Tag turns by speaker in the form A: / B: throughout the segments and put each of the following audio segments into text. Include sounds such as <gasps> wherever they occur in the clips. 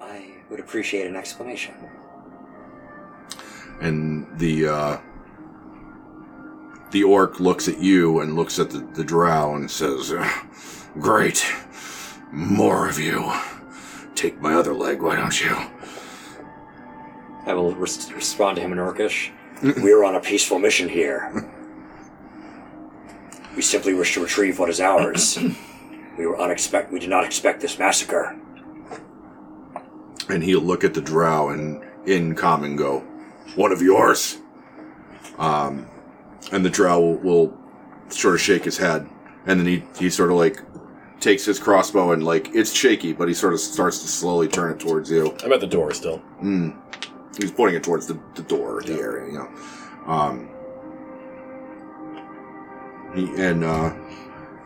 A: I would appreciate an explanation.
B: and the uh, the orc looks at you and looks at the, the drow and says, "Uh, "Great, more of you. Take my other leg, why don't you?"
A: I will res- respond to him in Orcish. <laughs> we are on a peaceful mission here. <laughs> We simply wish to retrieve what is ours. <clears throat> we were unexpect. We did not expect this massacre.
B: And he'll look at the drow and in common go, "One of yours." Um, and the drow will, will sort of shake his head, and then he he sort of like takes his crossbow and like it's shaky, but he sort of starts to slowly turn it towards you.
C: I'm at the door still.
B: Mm. He's pointing it towards the, the door, the area, you know. Um, he, and uh,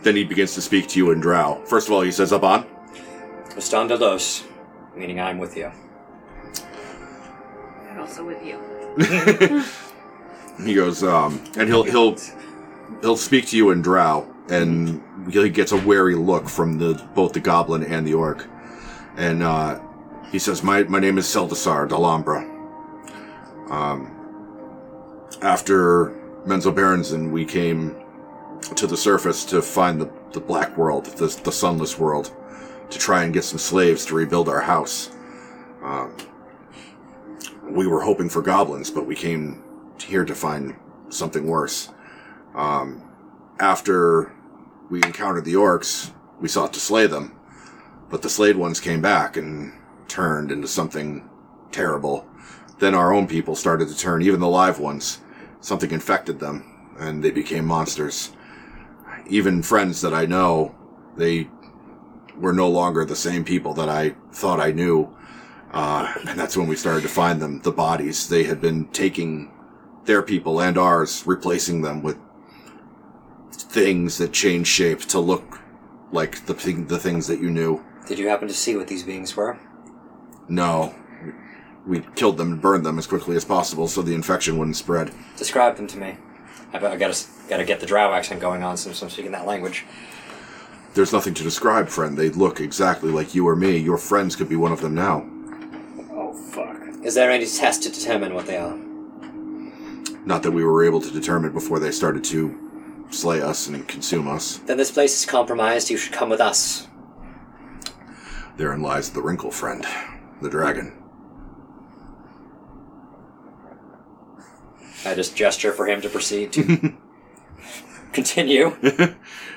B: then he begins to speak to you in Drow. First of all, he says, Aban,
A: Están de los, meaning I'm with you.
D: And also with you.
B: <laughs> he goes, um, and he'll he'll he'll speak to you in Drow, and he gets a wary look from the both the goblin and the orc, and uh, he says, "My my name is Seldasar Dalambra. Um, after Menzel Berenson, we came to the surface to find the the black world, the the sunless world, to try and get some slaves to rebuild our house." Um, we were hoping for goblins, but we came here to find something worse. Um, after we encountered the orcs, we sought to slay them, but the slayed ones came back and turned into something terrible. Then our own people started to turn, even the live ones. Something infected them, and they became monsters. Even friends that I know, they were no longer the same people that I thought I knew. Uh, and that's when we started to find them, the bodies. They had been taking their people and ours, replacing them with things that change shape to look like the thing, the things that you knew.
A: Did you happen to see what these beings were?
B: No, we killed them and burned them as quickly as possible so the infection wouldn't spread.
A: Describe them to me. I've I gotta s- gotta get the Drow accent going on since I'm speaking that language.
B: There's nothing to describe, friend. They look exactly like you or me. Your friends could be one of them now.
E: Oh fuck.
A: Is there any test to determine what they are?
B: Not that we were able to determine before they started to slay us and consume us.
A: Then this place is compromised. You should come with us.
B: Therein lies the wrinkle, friend, the dragon.
A: I just gesture for him to proceed <laughs> to continue. <laughs>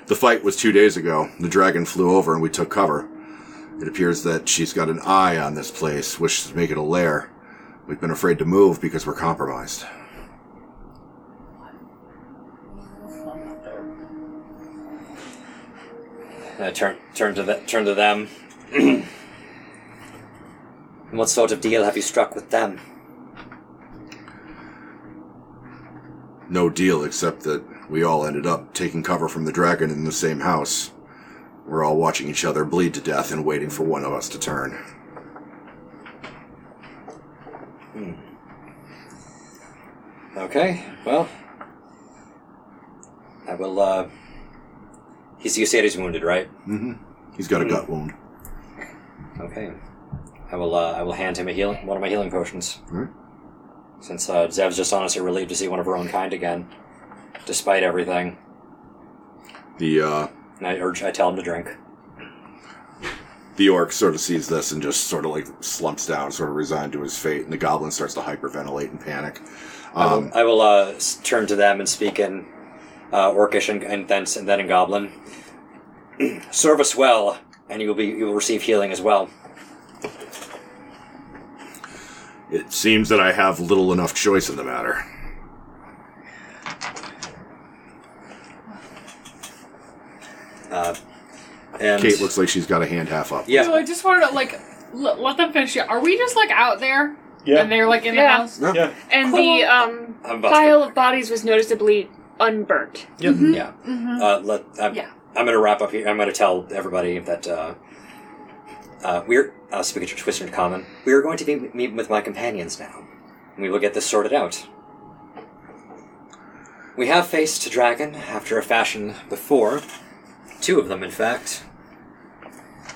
B: The fight was two days ago. The dragon flew over and we took cover. It appears that she's got an eye on this place, wishes to make it a lair. We've been afraid to move because we're compromised.
A: And I turn turn to the, turn to them. <clears throat> and what sort of deal have you struck with them?
B: No deal except that we all ended up taking cover from the dragon in the same house. We're all watching each other bleed to death and waiting for one of us to turn.
A: Okay, well, I will. uh... He's you said he's wounded, right?
B: He's got a gut wound.
A: Okay, I will. uh I will hand him a healing one of my healing potions.
B: Alright.
A: Since uh, Zev's just honestly relieved to see one of her own kind again, despite everything,
B: The uh,
A: and I urge I tell him to drink.
B: the orc sort of sees this and just sort of like slumps down, sort of resigned to his fate, and the goblin starts to hyperventilate and panic.
A: I
B: Um,
A: will, I will uh, s- turn to them and speak in uh, Orcish and, and then and then in Goblin. <clears throat> Serve us well, and you will be you will receive healing as well.
B: It seems that I have little enough choice in the matter.
A: Uh, and
B: Kate looks like she's got a hand half up.
A: yeah,
F: So I just wanted to like l- let them finish it. Are we just like out there
C: Yeah.
F: and they're like in
D: Yeah.
F: the house?
C: yeah.
D: And the
F: Cool.
D: um,
A: I'm about to-
D: pile of bodies was noticeably unburnt.
C: Yep.
A: yeah. Uh, let, I'm,
F: Yeah.
A: I'm going to wrap up here. I'm going to tell everybody that uh, uh, we're uh, speaking to Twister and Common. We are going to be meeting with my companions now. We will get this sorted out. We have faced a dragon after a fashion before, two of them, in fact.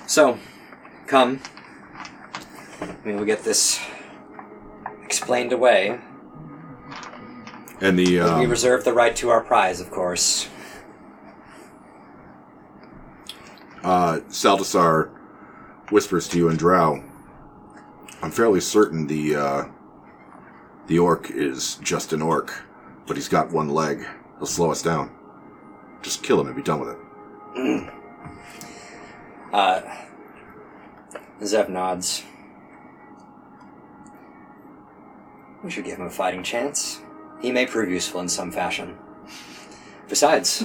A: So, come. We will get this explained away.
B: And the
A: But we
B: um,
A: reserve the right to our prize, of course.
B: uh, Saltasar whispers to you and Drow. I'm fairly certain the uh, the orc is just an orc, but he's got one leg. He'll slow us down. Just kill him and be done with it.
A: Uh, Zev nods. We should give him a fighting chance. He may prove useful in some fashion. Besides,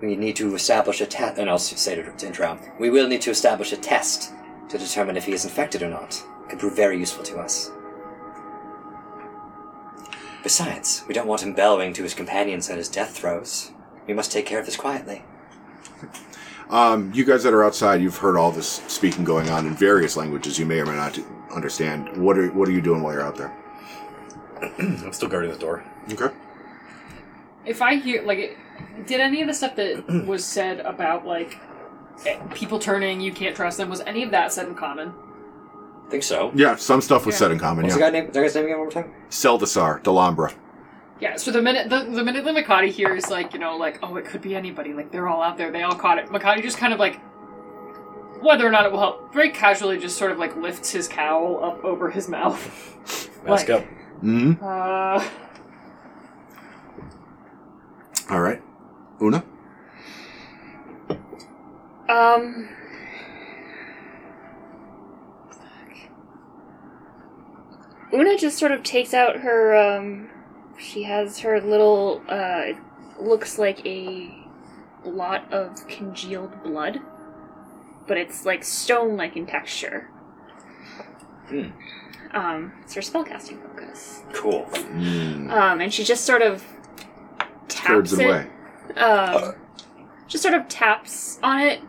A: we need to establish a test. And I'll say to, to Intro, we will need to establish a test to determine if he is infected or not. Could prove very useful to us. Besides, we don't want him bellowing to his companions at his death throes. We must take care of this quietly.
B: Um, you guys that are outside, you've heard all this speaking going on in various languages you may or may not understand. What are What are you doing while you're out there?
C: Mm-hmm. I'm still guarding the door.
B: Okay.
F: If I hear like, it, did any of the stuff that was said about like eh, people turning, you can't trust them, was any of that said in common?
A: Think so.
B: Yeah, some stuff was
F: Yeah.
B: said in common.
A: What's
B: yeah.
A: the guy name? Is that guy's name again? One more time.
B: Seldasar, Delambra.
F: Yeah. So the minute the, the minute that Makati hears like you know like oh it could be anybody like they're all out there they all caught it Makati just kind of like whether or not it will help very casually just sort of like lifts his cowl up over his mouth. <laughs>
C: Mask
F: Like-
C: up.
B: hmm
F: Uh,
B: All right. Una?
D: Um. Una just sort of takes out her, um, she has her little, uh, it looks like a blot of congealed blood, but it's like stone like in texture.
A: Hmm.
D: Um, it's her spellcasting focus.
A: Cool.
B: Mm.
D: Um, and she just sort of taps
B: Curbs
D: it
B: it away.
D: um, just sort of taps on it,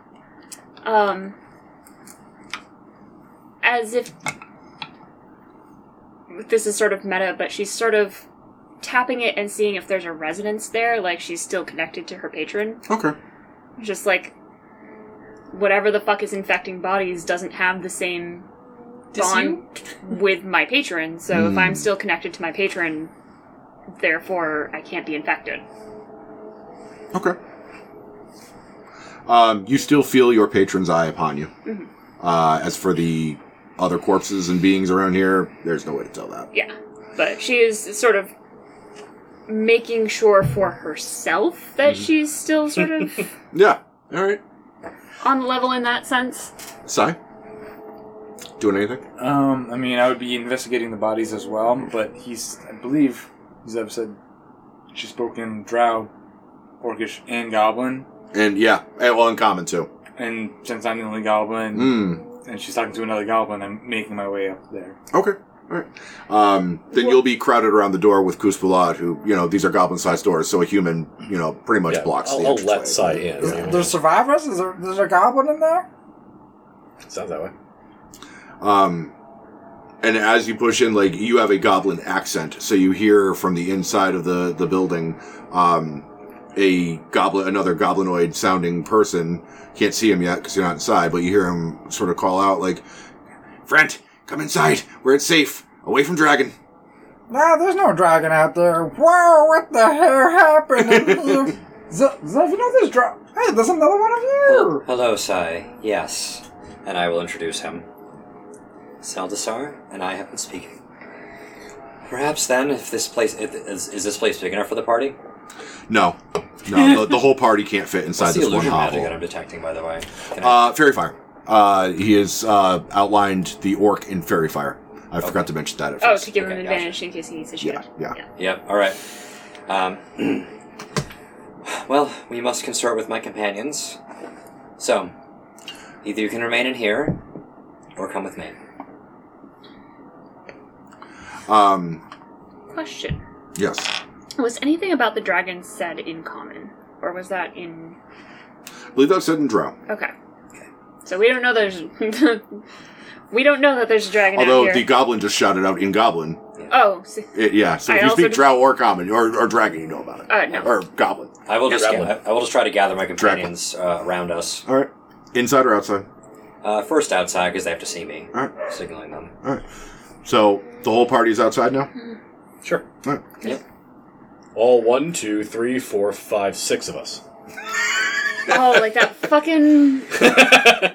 D: um, as if this is sort of meta, but she's sort of tapping it and seeing if there's a resonance there, like she's still connected to her patron.
B: Okay.
D: Just like whatever the fuck is infecting bodies doesn't have the same
F: Dis you?
D: bond with my patron, so if I'm still connected to my patron, therefore I can't be infected.
B: Okay. Um, you still feel your patron's eye upon you.
D: Mhm.
B: Uh, as for the other corpses and beings around here, there's no way to tell that.
D: Yeah, but she is sort of making sure for herself that she's still sort of
B: Yeah. All right.
D: on level in that sense.
B: Sai? Doing anything?
E: Um, I mean, I would be investigating the bodies as well, but he's, I believe, Zev said she spoke in Drow, Orcish, and Goblin.
B: And yeah, eh, well, in common too.
E: And since I'm the only Goblin,
B: Mm.
E: and she's talking to another Goblin, I'm making my way up there.
B: Okay. All right. Um, then you'll be crowded around the door with Kuspulad, who, you know, these are goblin-sized doors, so a human, you know, pretty much
C: Yeah,
B: blocks
C: I'll,
B: the
C: I'll
B: entrance
C: let Sai in.
E: survivors? Is there, there's a Goblin in there?
C: Sounds that way.
B: Um, and as you push in, like you have a goblin accent, so you hear from the inside of the the building, um, a goblin, another goblinoid sounding person. Can't see him yet because you're not inside, but you hear him sort of call out like, "Friend, come inside. We're it's safe, away from dragon."
E: Nah, there's no dragon out there. Whoa, what the hell <laughs> happened? Zev, you know there's dra- Hey, there's another one of you!
A: Hello, Sai. Yes, and I will introduce him. Saldasar and I have been speaking. Perhaps then, if this place if, is, is this place big enough for the party?
B: No, no, the, the whole party can't fit inside
A: What's the
B: this one
A: illusion magic that
B: hovel.
A: I'm detecting, by the way? Can I-
B: Uh, fairy fire. Uh, he has uh, outlined the orc in fairy fire. I forgot to mention that at
D: Oh,
B: first.
D: to give him
A: Okay, gotcha.
D: advantage in case he needs to shoot.
B: yeah, yeah.
A: Yep. All right. Um, <clears throat> well, we must consort with my companions. So, either you can remain in here, or come with me.
B: Um,
D: Question:
B: yes.
D: Was anything about the dragon said in common, or was that in?
B: I believe that's said in Drow.
D: Okay, so we don't know there's. <laughs> we don't know that there's a dragon
B: Although
D: out
B: the
D: here.
B: goblin just shouted out in Goblin.
D: oh, so,
B: It- yeah, so
D: I
B: if you
D: also
B: speak
D: just-
B: Drow or Common or, or Dragon, you know about it.
D: uh, no.
B: Or Goblin.
A: I will
C: Yeah,
A: just
C: Ravelin.
A: I, I will just try to gather my
B: Dragon.
A: companions uh, around us.
B: All right. Inside or outside?
A: Uh, first outside because they have to see me.
B: All right.
A: Signaling them.
B: All right. So the whole party's outside
D: <laughs>
B: now.
C: Sure.
B: All right.
C: All one, two, three, four, five, six of us.
D: Oh, like that fucking.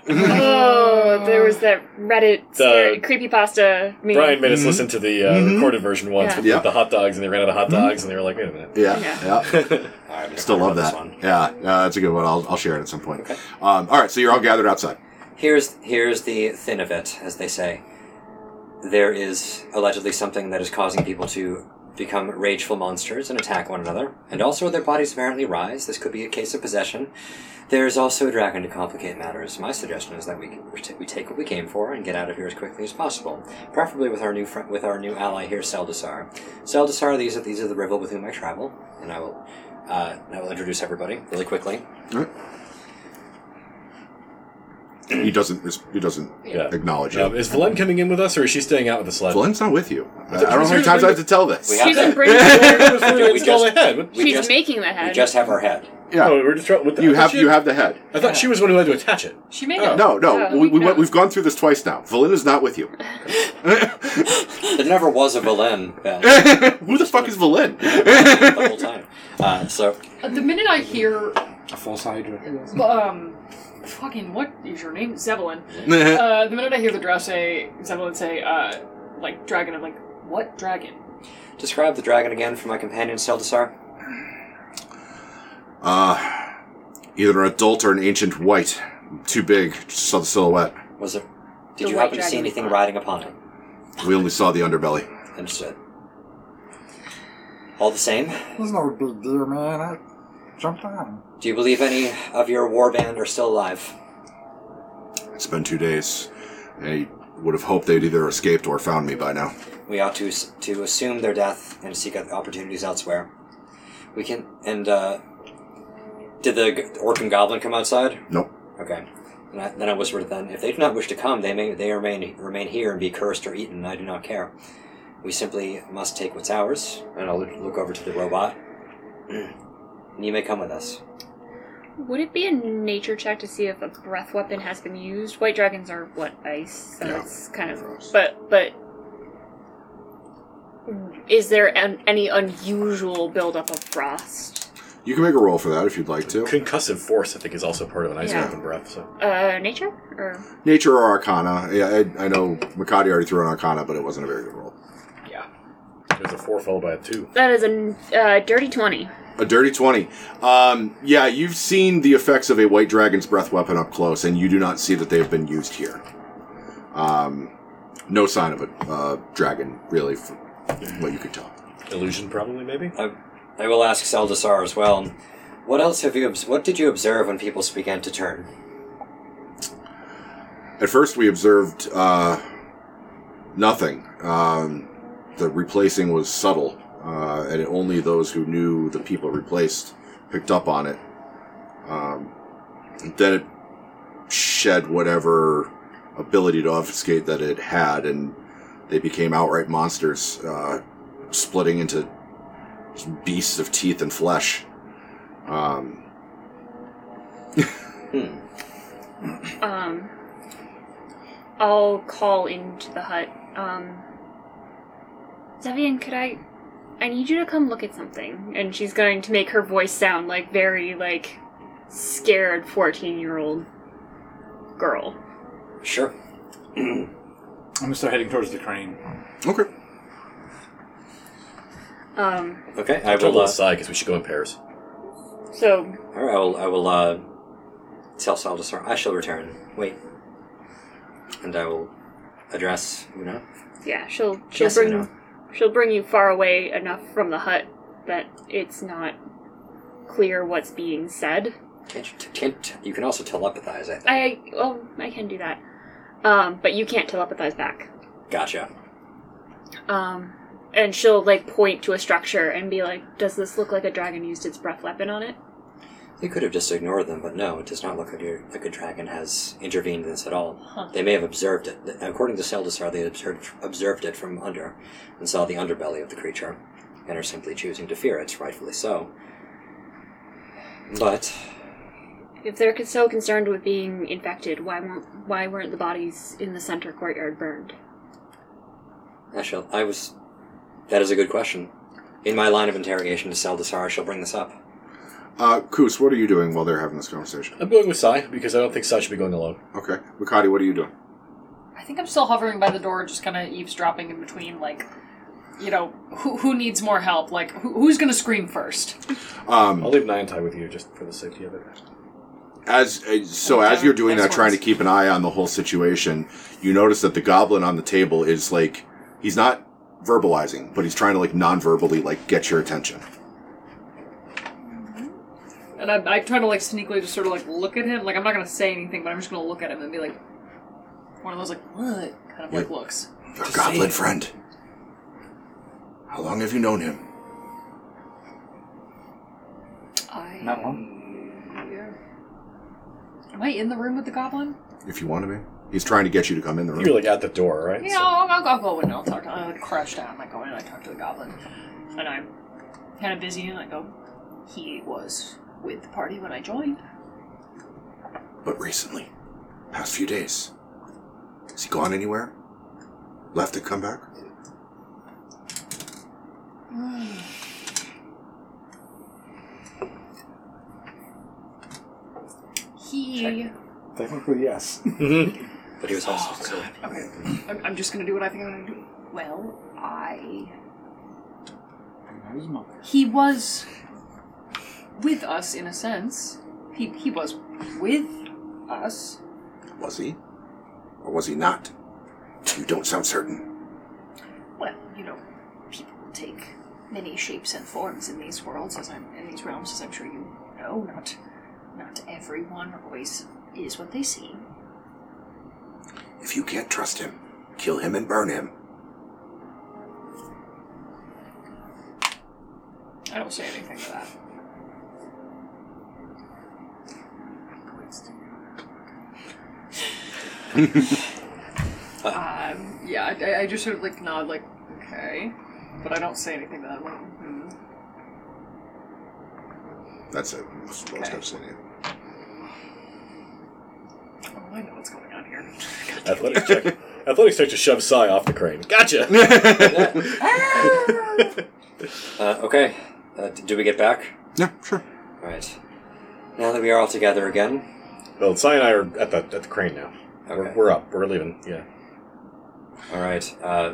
D: Oh, there was that Reddit scary, creepypasta meme.
C: Brian made us listen to the uh, recorded version once
D: Yeah.
C: with,
B: Yeah.
C: with the hot dogs, and they ran out of hot dogs, and they were like, "Wait a <laughs> minute."
B: Yeah.
F: Yeah.
B: Yeah.
A: All right, I'm
B: Still
A: gonna
B: love
A: this
B: that. Yeah, yeah, that's a good one. I'll, I'll share it at some point.
A: Okay.
B: Um, all right, so you're all gathered outside.
A: Here's here's the thin of it, as they say. There is allegedly something that is causing people to become rageful monsters and attack one another, and also their bodies apparently rise. This could be a case of possession. There is also a dragon to complicate matters. My suggestion is that we we take what we came for and get out of here as quickly as possible, preferably with our new friend, with our new ally here, Seldasar. Seldasar, these are these are the rival with whom I travel, and I will uh, I will introduce everybody really quickly.
B: He doesn't. res- He doesn't
C: Yeah.
B: acknowledge
C: Um,
B: you.
C: is Valen coming in with us, or is she staying out with the sled? <laughs>
B: Valen's not with you. I, I don't know how many times I have to tell
A: <laughs>
B: this.
A: We have-
D: She's in Brady.
C: Valen's
A: We
C: still
A: just-
C: ahead. What-
A: We
D: She's
A: just-
D: making the head.
A: We just have our head.
B: yeah,
C: Oh, we're just trying- what the-
B: you
C: I thought
B: have
C: she-
B: you have the head.
C: I thought she was the one who had to attach it.
F: She made
C: Oh.
F: it.
B: No, no,
D: Yeah.
B: we, we went,
D: No.
B: we've gone through this twice now. Valen is not
D: <laughs>
B: with you.
A: There never was a Valen
B: <laughs>
A: Ben,
B: Who the fuck is
A: the
B: <laughs> Valen?
A: whole time. Uh, so
F: Uh, The minute I hear,
E: A false hydra.
F: um, fucking what is your name, Zevelin? Uh, the minute I hear the drow say, Zevelin say, uh, like dragon, I'm like, what dragon?
A: describe the dragon again for my companion Seldasar.
B: uh, either an adult or an ancient white. Too big. Just saw the silhouette.
A: Was it? Did
D: The
A: you
D: white
A: happen to see
D: dragon.
A: anything riding upon it?
B: We only saw the underbelly.
A: Understood. All the same,
E: There's no big deal, man. I jumped on.
A: do you believe any of your warband are still alive?
B: It's been two days. I would have hoped they'd either escaped or found me by now.
A: We ought to s- to assume their death and seek out opportunities elsewhere. We can and uh, did the g- orc and goblin come outside?
B: Nope.
A: Okay. And I, then I whispered to them, if they do not wish to come, they may they remain remain here and be cursed or eaten. I do not care. We simply must take what's ours. And I'll look look over to the robot. <clears throat> And you may come with us.
D: Would it be a nature check to see if a breath weapon has been used? White dragons are what ice, so
B: Yeah.
D: that's kind of. But but is there an, any unusual buildup of frost?
B: You can make a roll for that if you'd like to.
C: Concussive force, I think, is also part of an ice
D: Yeah.
C: weapon breath. So
D: Uh, nature or
B: Nature or Arcana. Yeah, I, I know Makati already threw an Arcana, but it wasn't a very good roll.
C: there's a four followed by a two.
D: that is a uh, dirty twenty.
B: A dirty 20. Um, yeah, you've seen the effects of a white dragon's breath weapon up close, and you do not see that they've been used here. Um, no sign of a uh, dragon, really, from what you could tell.
C: Illusion, probably, maybe.
A: I, I will ask Saldasar as well. What else have you? obs- What did you observe when people began to turn?
B: At first, we observed uh, nothing. Um, the replacing was subtle, uh, and only those who knew the people replaced picked up on it. Um, then it shed whatever ability to obfuscate that it had, and they became outright monsters, uh, splitting into beasts of teeth and flesh. Um,
A: Hmm.
D: Um, I'll call into the hut. Um, Zevian, could I? I need you to come look at something. And she's going to make her voice sound like very like scared fourteen-year-old girl.
A: Sure.
E: I'm gonna start heading towards the crane.
B: okay.
D: Um,
A: Okay. I
C: told
A: will. Uh,
C: aside because we should go in pairs.
D: so
A: all right, I will. I will uh, tell Saldasar. I shall return. Wait. And I will address Una.
D: yeah, she'll she'll
A: Yes, I
D: bring
A: know.
D: she'll bring you far away enough from the hut that it's not clear what's being said.
A: Can't you, can't, you can also telepathize. I think.
D: I oh I can do that. Um, but you can't telepathize back.
A: Gotcha.
D: Um, and she'll like point to a structure and be like, "Does this look like a dragon used its breath weapon on it?"
A: They could have just ignored them, but no, it does not look like a, like a dragon has intervened in this at all.
F: Huh.
A: They may have observed it. According to Seldasar, they observed, observed it from under and saw the underbelly of the creature, and are simply choosing to fear it, rightfully so. But
D: If they're con- so concerned with being infected, why won't why weren't the bodies in the center courtyard <laughs> burned?
A: I shall. I was. That is a good question. In my line of interrogation to Saldasar, I shall bring this up.
B: Uh, Koos, what are you doing while they're having this conversation?
C: I'm going with Sai because I don't think Sai should be going alone.
B: Okay. Mikati, what are you doing?
F: I think I'm still hovering by the door, just kind of eavesdropping in between, like, you know, who, who needs more help? Like, who, who's going to scream first?
B: Um,
C: I'll leave Niantai with you just for the safety of it.
B: as uh, so as you're doing that,
F: That's
B: trying to
F: worse.
B: keep an eye on the whole situation, you notice that the goblin on the table is like he's not verbalizing, but he's trying to like non-verbally like get your attention.
F: And I, I try to, like, sneakily just sort of, like, look at him. Like, I'm not going to say anything, but I'm just going to look at him and be like, one of those, like, what kind of, like,
B: Yeah.
F: looks.
B: Your goblin friend. How long have you known him?
F: I.
E: Not long.
F: Am I in the room with the goblin?
B: If you want to be. He's trying to get you to come in the room.
C: You're like at the door, right?
F: Yeah, I'll, I'll, I'll go in and I'll talk to I like, crouch down. I go in and I talk to the goblin. And I'm kind of busy and I go, he was with the party when I joined.
B: But recently, past few days, has he gone anywhere? Left and come back?
F: <sighs> He.
E: Technically, yes.
A: But
F: Oh,
A: he was also. so-
F: Okay. I'm, I'm just gonna do what I think I'm gonna do. Well, I.
E: His mother.
F: He was with us in a sense. He, he was with us.
B: Was he? Or was he not? You don't sound certain.
F: Well, you know, people take many shapes and forms in these worlds, as I'm in these realms, as I'm sure you know. Not, not everyone always is what they seem.
B: If you can't trust him, kill him and burn him.
F: I don't say anything to that. um, yeah, I- I, I just sort of like nod, like okay, but I don't say anything to that. Like, hmm.
B: That's it. Most, most
F: Okay.
B: I've seen it.
F: Oh, I know what's going on here.
C: Athletics check. Athletics check to shove Sai off the crane. Gotcha.
A: Uh, okay. Uh, d- do we get back?
B: Yeah, sure.
A: All right. Now that we are all together again,
C: well, Sai and I are at the at the crane now. We're,
A: Okay.
C: we're up. We're leaving. Yeah.
A: all right. Uh,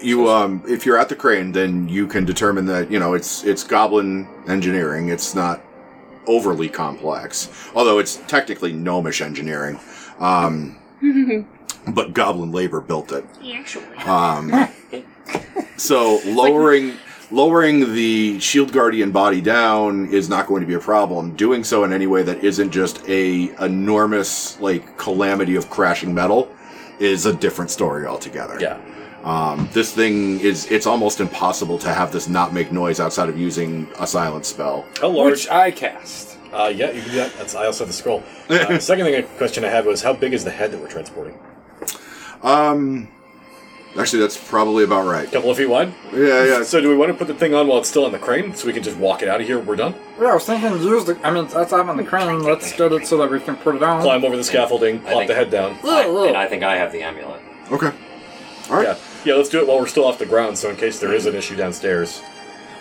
B: You um if you're at the crane, then you can determine that, you know, it's it's goblin engineering. It's not overly complex. Although it's technically gnomish engineering. Um but goblin labor built it.
D: Actually,
B: Um, so lowering lowering the shield guardian body down is not going to be a problem. Doing so in any way that isn't just a enormous like calamity of crashing metal is a different story altogether.
C: Yeah.
B: Um, this thing is it's almost impossible to have this not make noise outside of using a silent spell.
C: How large?
E: Which I cast.
C: Uh, yeah, you can do that. That's, I also have the scroll. Uh, the second thing, question I had was how big is the head that we're transporting?
B: <laughs> Um actually that's probably about right.
C: A couple of feet wide.
B: Yeah, yeah.
C: So do we want to put the thing on while it's still on the crane, so we can just walk it out of here? We're done.
E: Yeah, I was thinking, use the. I mean, that's up on the crane. Let's get it so that we can put it on.
C: Climb over the scaffolding,
A: I
C: plop
A: think-
C: the head down.
A: I, and I think I have the amulet.
B: Okay. All right.
C: Yeah, yeah. Let's do it while we're still off the ground. So in case there is an issue downstairs,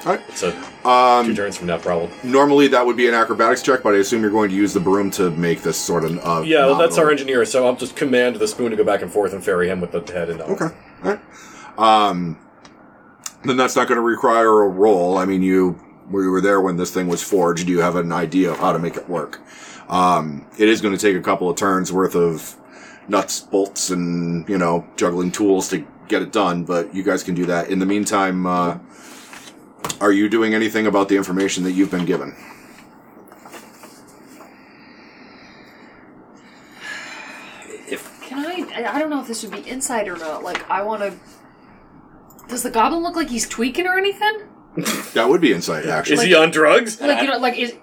B: All right.
C: it's a
B: Um,
C: two turns from now problem.
B: Normally, that would be an acrobatics check, but I assume you're going to use the broom to make this sort of. Uh,
C: Yeah, well, that's our
B: nominal.
C: engineer. So I'll just command the spoon to go back and forth and ferry him with the head and all.
B: Okay. All right. Um, then that's not going to require a roll. I mean, you we were there when this thing was forged. You have an idea of how to make it work. Um, it is going to take a couple of turns worth of nuts, bolts, and you know, juggling tools to get it done. But you guys can do that. In the meantime, uh, are you doing anything about the information that you've been given?
A: If
F: Can I? I- I don't know if this would be inside or not. Like, I want to. Does the goblin look like he's tweaking or anything?
B: That would be insight, actually.
C: Is he on drugs?
F: Like, you know, like is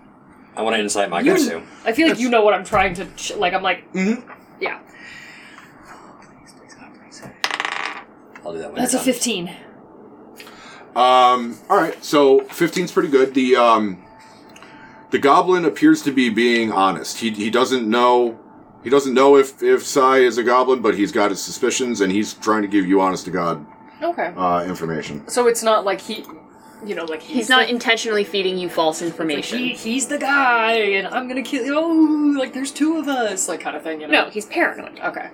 A: I want to insight my
F: You-
A: Gatsu.
F: I feel like you know what I'm trying to ch- like. I'm like, yeah.
A: I'll do that when
F: That's a
A: you're done.
F: 15.
B: Um, all right, so 15's pretty good. The um, the goblin appears to be being honest. He he doesn't know he doesn't know if if Sai is a goblin, but he's got his suspicions, and he's trying to give you honest to god
F: Okay.
B: uh, information.
F: So it's not like he, you know, like he's,
G: He's not
F: the-
G: intentionally feeding you false
F: like,
G: information.
F: he, he's the guy, and I'm gonna kill you. Oh, like there's two of us, like kind of thing. You know?
G: no, he's paranoid.
F: Okay.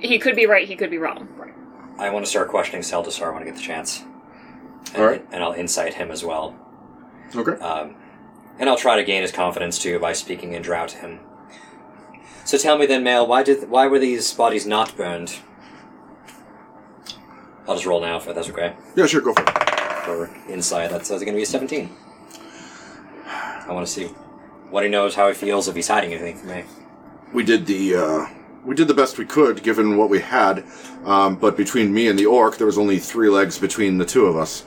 G: He could be right. He could be wrong.
A: I want to start questioning Saldasar when I get the chance. And,
B: All right.
A: and I'll incite him as well.
B: Okay.
A: Um, and I'll try to gain his confidence too by speaking in drought to him. So tell me then, Male, why did why were these bodies not burned? I'll just roll now if that's okay.
B: Yeah, sure, go for it.
A: For insight, that's, that's going to be a 17. I want to see what he knows, how he feels, if he's hiding anything from me.
B: We did the uh, we did the best we could given what we had, um, but between me and the orc, there was only three legs between the two of us.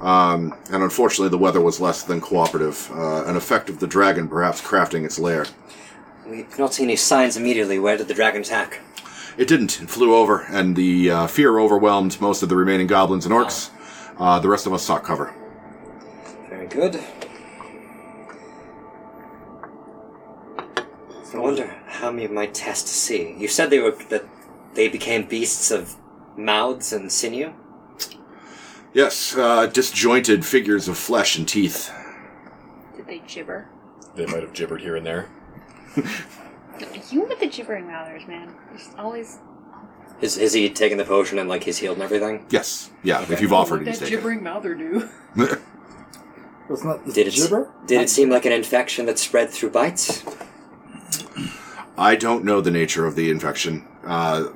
B: Um, and unfortunately, the weather was less than cooperative. Uh, an effect of the dragon perhaps crafting its lair.
A: We did not see any signs immediately. Where did the dragon attack?
B: It didn't. It flew over, and the uh, fear overwhelmed most of the remaining goblins and orcs. Uh, the rest of us sought cover.
A: Very good. I wonder how many of my tests see. You said they were that they became beasts of mouths and sinew.
B: Yes, uh, disjointed figures of flesh and teeth.
D: Did they gibber?
C: They might have gibbered here and there.
D: You with the gibbering mouthers, man. There's always.
A: Is is he taking the potion and like he's healed and everything?
B: Yes, yeah. If you've
F: What
B: offered,
F: would
B: he's
F: that
B: taken.
F: gibbering mouther do?
B: it.
E: It's not
A: Did it s-
E: gibber?
A: did it seem like an infection that spread through bites?
B: I don't know the nature of the infection. Uh,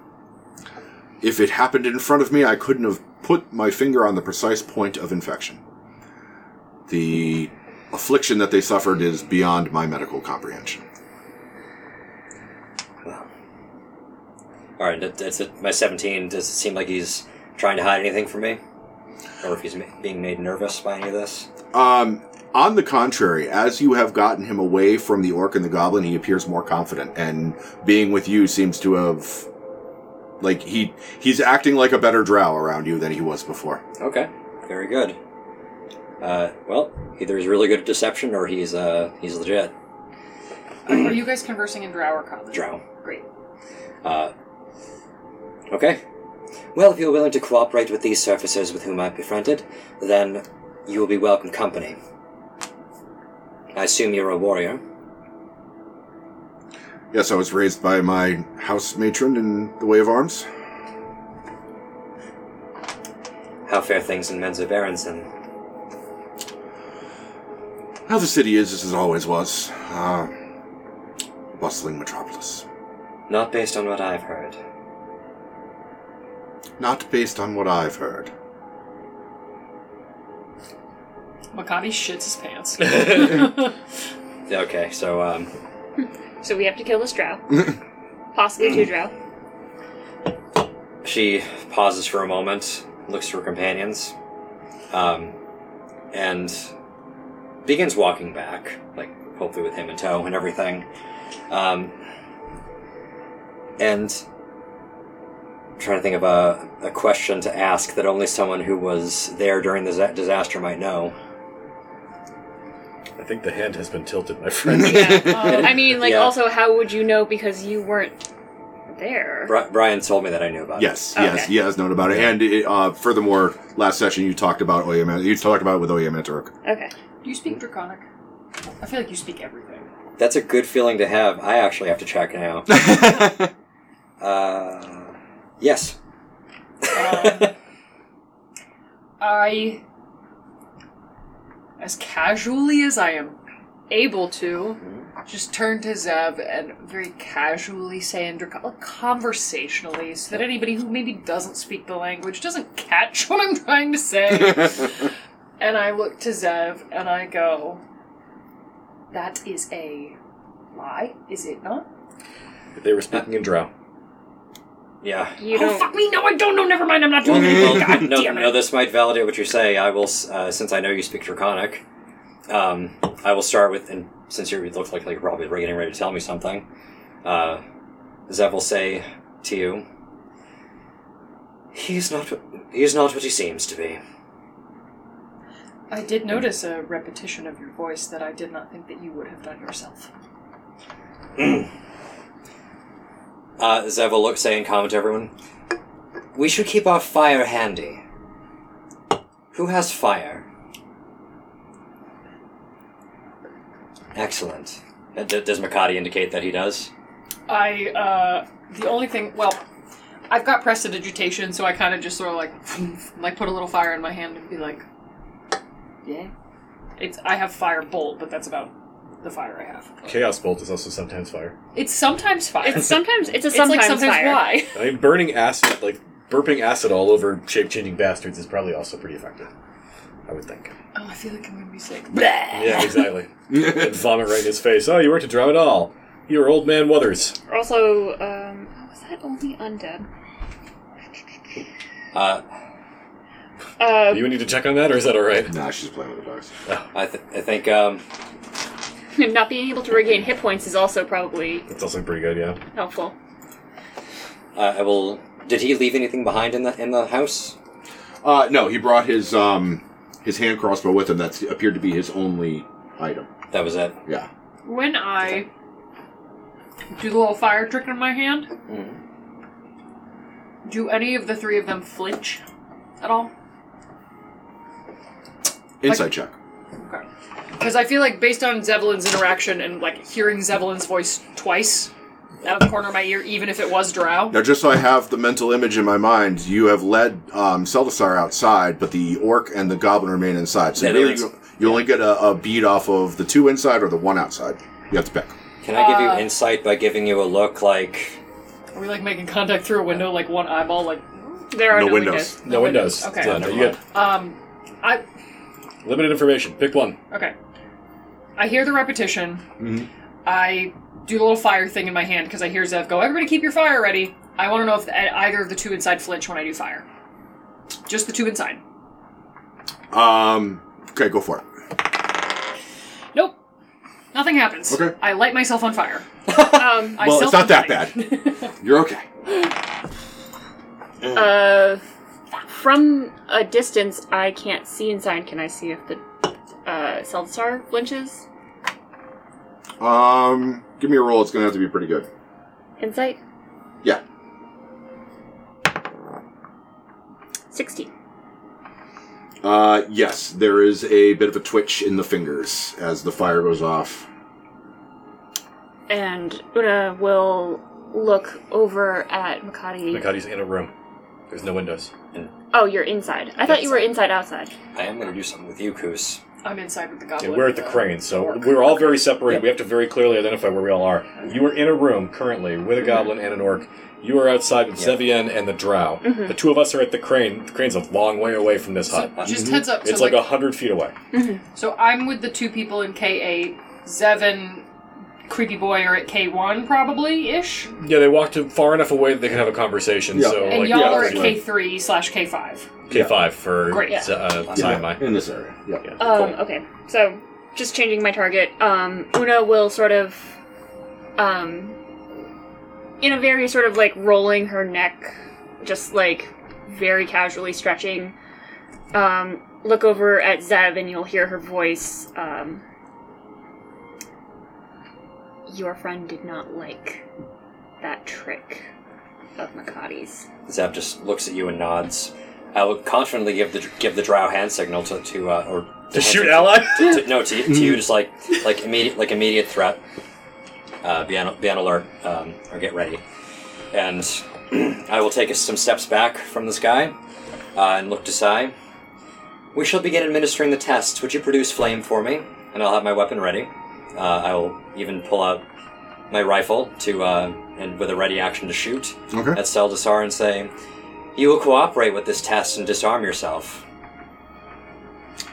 B: if it happened in front of me, I couldn't have put my finger on the precise point of infection. The affliction that they suffered is beyond my medical comprehension.
A: Well, all right. That, that's it. My seventeen. Does it seem like he's trying to hide anything from me, or if he's ma- being made nervous by any of this?
B: Um, on the contrary, as you have gotten him away from the orc and the goblin, he appears more confident, and being with you seems to have, like he he's acting like a better drow around you than he was before.
A: Okay, very good. Uh, well, either he's really good at deception or he's uh, he's legit.
F: Are you guys conversing in drow or common?
A: Drow.
F: Great.
A: Uh, okay. Well, if you're willing to cooperate with these surfacers with whom I've befriended, then you will be welcome company. I assume you're a warrior.
B: Yes, I was raised by my house matron in the way of arms.
A: How fare things in Men's of Errands, and
B: How the city is, as it always was, uh, bustling metropolis.
A: not based on what I've heard.
B: Not based on what I've heard.
F: Makati shits his pants. <laughs>
A: Okay, so um,
D: So we have to kill this drow. Possibly two drow.
A: She pauses for a moment, looks to her companions, um, and begins walking back, like hopefully with him in tow and everything. Um, and I'm trying to think of a, a question to ask that only someone who was there during the za- disaster might know.
C: I think the hand has been tilted, my
B: <laughs>
C: friend.
G: Oh,
F: <laughs> Um,
G: I mean, like,
A: Yeah.
G: also, how would you know because you weren't there?
A: Bri- Brian told me that I knew about it.
B: Yes, yes, he has known about it. And it, uh, furthermore, last session you talked about Oyama. You talked about it with Oyama Turk.
D: Okay.
F: Do you speak draconic? I feel like you speak everything.
A: That's a good feeling to have. I actually have to check now. uh, yes.
F: Um, I, as casually as I am able to, just turn to Zeb and very casually say, and like conversationally, so that anybody who maybe doesn't speak the language doesn't catch what I'm trying to say. and I look to Zev and I go, "That is a lie, is it not?"
C: they were speaking in drow.
A: Yeah.
G: You
F: oh
G: don't.
F: fuck me! No, I don't know. Never mind. I'm not doing it.
A: Well,
F: Oh, God
A: no,
F: damn it.
A: no, this might validate what you say. I will, s- uh, since I know you speak Draconic, um, I will start with, and since you look like, like you're probably getting ready to tell me something, uh, Zev will say to you, "He is not. He is not what he seems to be."
F: I did notice a repetition of your voice that I did not think that you would have done yourself.
A: Uh, Zev will look, say, and comment to everyone. We should keep our fire handy. Who has fire? Excellent. Uh, d- does Makati indicate that he does?
F: I, uh, the only thing, well, I've got prestidigitation, so I kind of just sort of like, <laughs> like put a little fire in my hand and be like, yeah. It's, I have fire bolt, but that's about the fire I have.
C: Chaos bolt is also sometimes fire.
F: It's sometimes fire.
G: It's sometimes it's a
F: It's like
G: sometimes,
F: sometimes
G: fire.
F: why.
C: I mean, burning acid, like burping acid all over shape changing bastards, is probably also pretty effective. I would think.
F: Oh, I feel like I'm gonna be sick.
C: Yeah, exactly.
B: <laughs>
C: and vomit right in his face. Oh, you worked at Drum at all. You're old man Wuthers.
D: Also, um, was that only undead?
A: Uh,
F: Oh.
D: Uh,
C: Do you need to check on that, or is that all right?
B: Nah, she's playing with the dogs.
A: I, th- I think um,
G: Uh, <laughs> Not being able to regain hit points is also
F: <laughs>
G: probably
C: That's also pretty good, yeah.
G: helpful.
A: uh, I will. Did he leave anything behind in the in the house?
B: Uh, no, he brought his um his hand crossbow with him. That appeared to be his only item.
A: That was it.
B: Yeah.
F: When I do the little fire trick in my hand, do any of the three of them flinch at all?
B: Insight check.
F: Because I feel like based on Zevelyn's interaction and like hearing Zevelyn's voice twice out of the corner of my ear, even if it was Drow,
B: Now, just so I have the mental image in my mind, you have led um, Seldasar outside, but the orc and the goblin remain inside. So
A: Yeah,
B: really,
A: they're
B: you, you only get a, a bead off of the two inside or the one outside. You have to pick.
A: Can I give you insight by giving you a look like
F: are we like making contact through a window, like one eyeball, like
G: There are
B: No
G: no,
B: windows.
G: windows.
C: No windows.
F: windows. Okay.
C: Yeah, no, you get
F: um, I
C: limited information. Pick one.
F: Okay. I hear the repetition.
B: Mm-hmm.
F: I do the little fire thing in my hand because I hear Zev go, Everybody keep your fire ready. I want to know if the, either of the two inside flinch when I do fire. Just the two inside.
B: Um, okay, go for it.
F: Nope. Nothing happens.
B: Okay.
F: I light myself on fire.
G: Um,
F: I
B: Well, it's not that bad.
F: self-ignite.
B: You're okay.
G: uh, from a distance, I can't see inside. Can I see if the uh, Seldasar flinches?
B: Um, give me a roll. It's going to have to be pretty good.
G: Insight
B: Yeah.
G: sixty.
B: Uh, yes, there is a bit of a twitch in the fingers as the fire goes off.
G: And Una will look over at Makati.
F: Mm.
C: Makati's in a room. There's no windows.
G: Oh, you're inside. I thought you were inside outside.
A: I am going to do something with you, Koos.
F: <laughs> I'm inside with the Uh,
C: Yeah,
F: goblin.
C: we're at the crane, so we're all very separated. We have to very clearly identify where we all are. You are in a room currently
F: Mm-hmm.
C: with a goblin and an orc. You are outside with Zevian and the drow.
F: Mm-hmm.
C: The two of us are at the crane. The crane's a long way away from this hut.
F: Just
B: Mm-hmm.
F: heads up.
C: It's
F: so
C: like
F: like,
C: a hundred feet away.
F: so I'm with the two people in K8. Zev and Creepy Boy are at K1 probably ish.
C: Yeah, they walked far enough away that they could have a conversation.
B: Yeah.
C: So
B: And
F: And
C: like
F: y'all
B: yeah,
F: are at
B: that's
C: K
F: K3 slash K5.
C: five for
F: Great. Uh,
C: uh, uh, Saimai.
B: in this area. Yeah.
C: Yeah,
G: Um,
C: cool.
G: okay. So, just changing my target. Um, Una will sort of, um, in a very sort of like rolling her neck, just like very casually stretching. Um, look over at Zev, and you'll hear her voice. Um, Your friend did not like that trick of Makati's.
A: Zeb just looks at you and nods. I will confidently give the give the drow hand signal to to uh, or
C: To shoot ally?
A: to, no to, to you just like like immediate like immediate threat. Uh, be on be on alert um, or get ready, and <clears throat> I will take us some steps back from this guy uh, and look to Sai. We shall begin administering the tests. Would you produce flame for me? And I'll have my weapon ready. Uh, I will even pull out my rifle to uh, and with a ready action to shoot
B: Okay.
A: at Seldasar and say, "You will cooperate with this test and disarm yourself."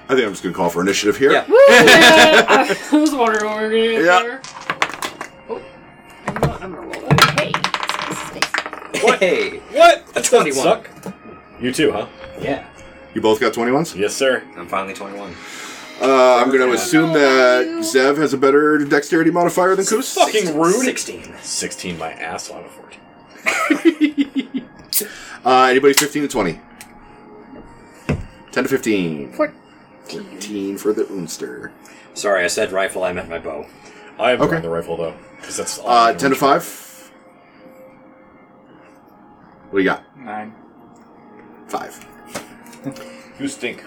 B: I think I'm just going to call for initiative here.
A: Yeah.
F: <laughs> I was wondering what we were gonna do
B: Yeah.
F: there. Oh, I'm not. I'm gonna roll that.
A: Hey,
C: What?
A: A
C: That doesn't
A: 21.
C: suck. You too, huh?
A: yeah,
B: You both got 21s?
C: Yes, sir.
A: I'm finally 21.
B: Uh, I'm going to assume that Zev has a better dexterity modifier than Koos.
C: Fucking rude.
A: 16.
C: 16 my ass on a 14.
B: Uh, anybody 15 to 20? 10 to 15.
G: Four-
B: 14 for the Oonster.
A: Sorry, I said rifle. I meant my bow.
C: I am
B: Okay.
C: drawing the rifle though, because that's all
B: Uh,
C: I
B: 10 to 5. What do you got?
E: Nine.
B: 5.
C: You stink.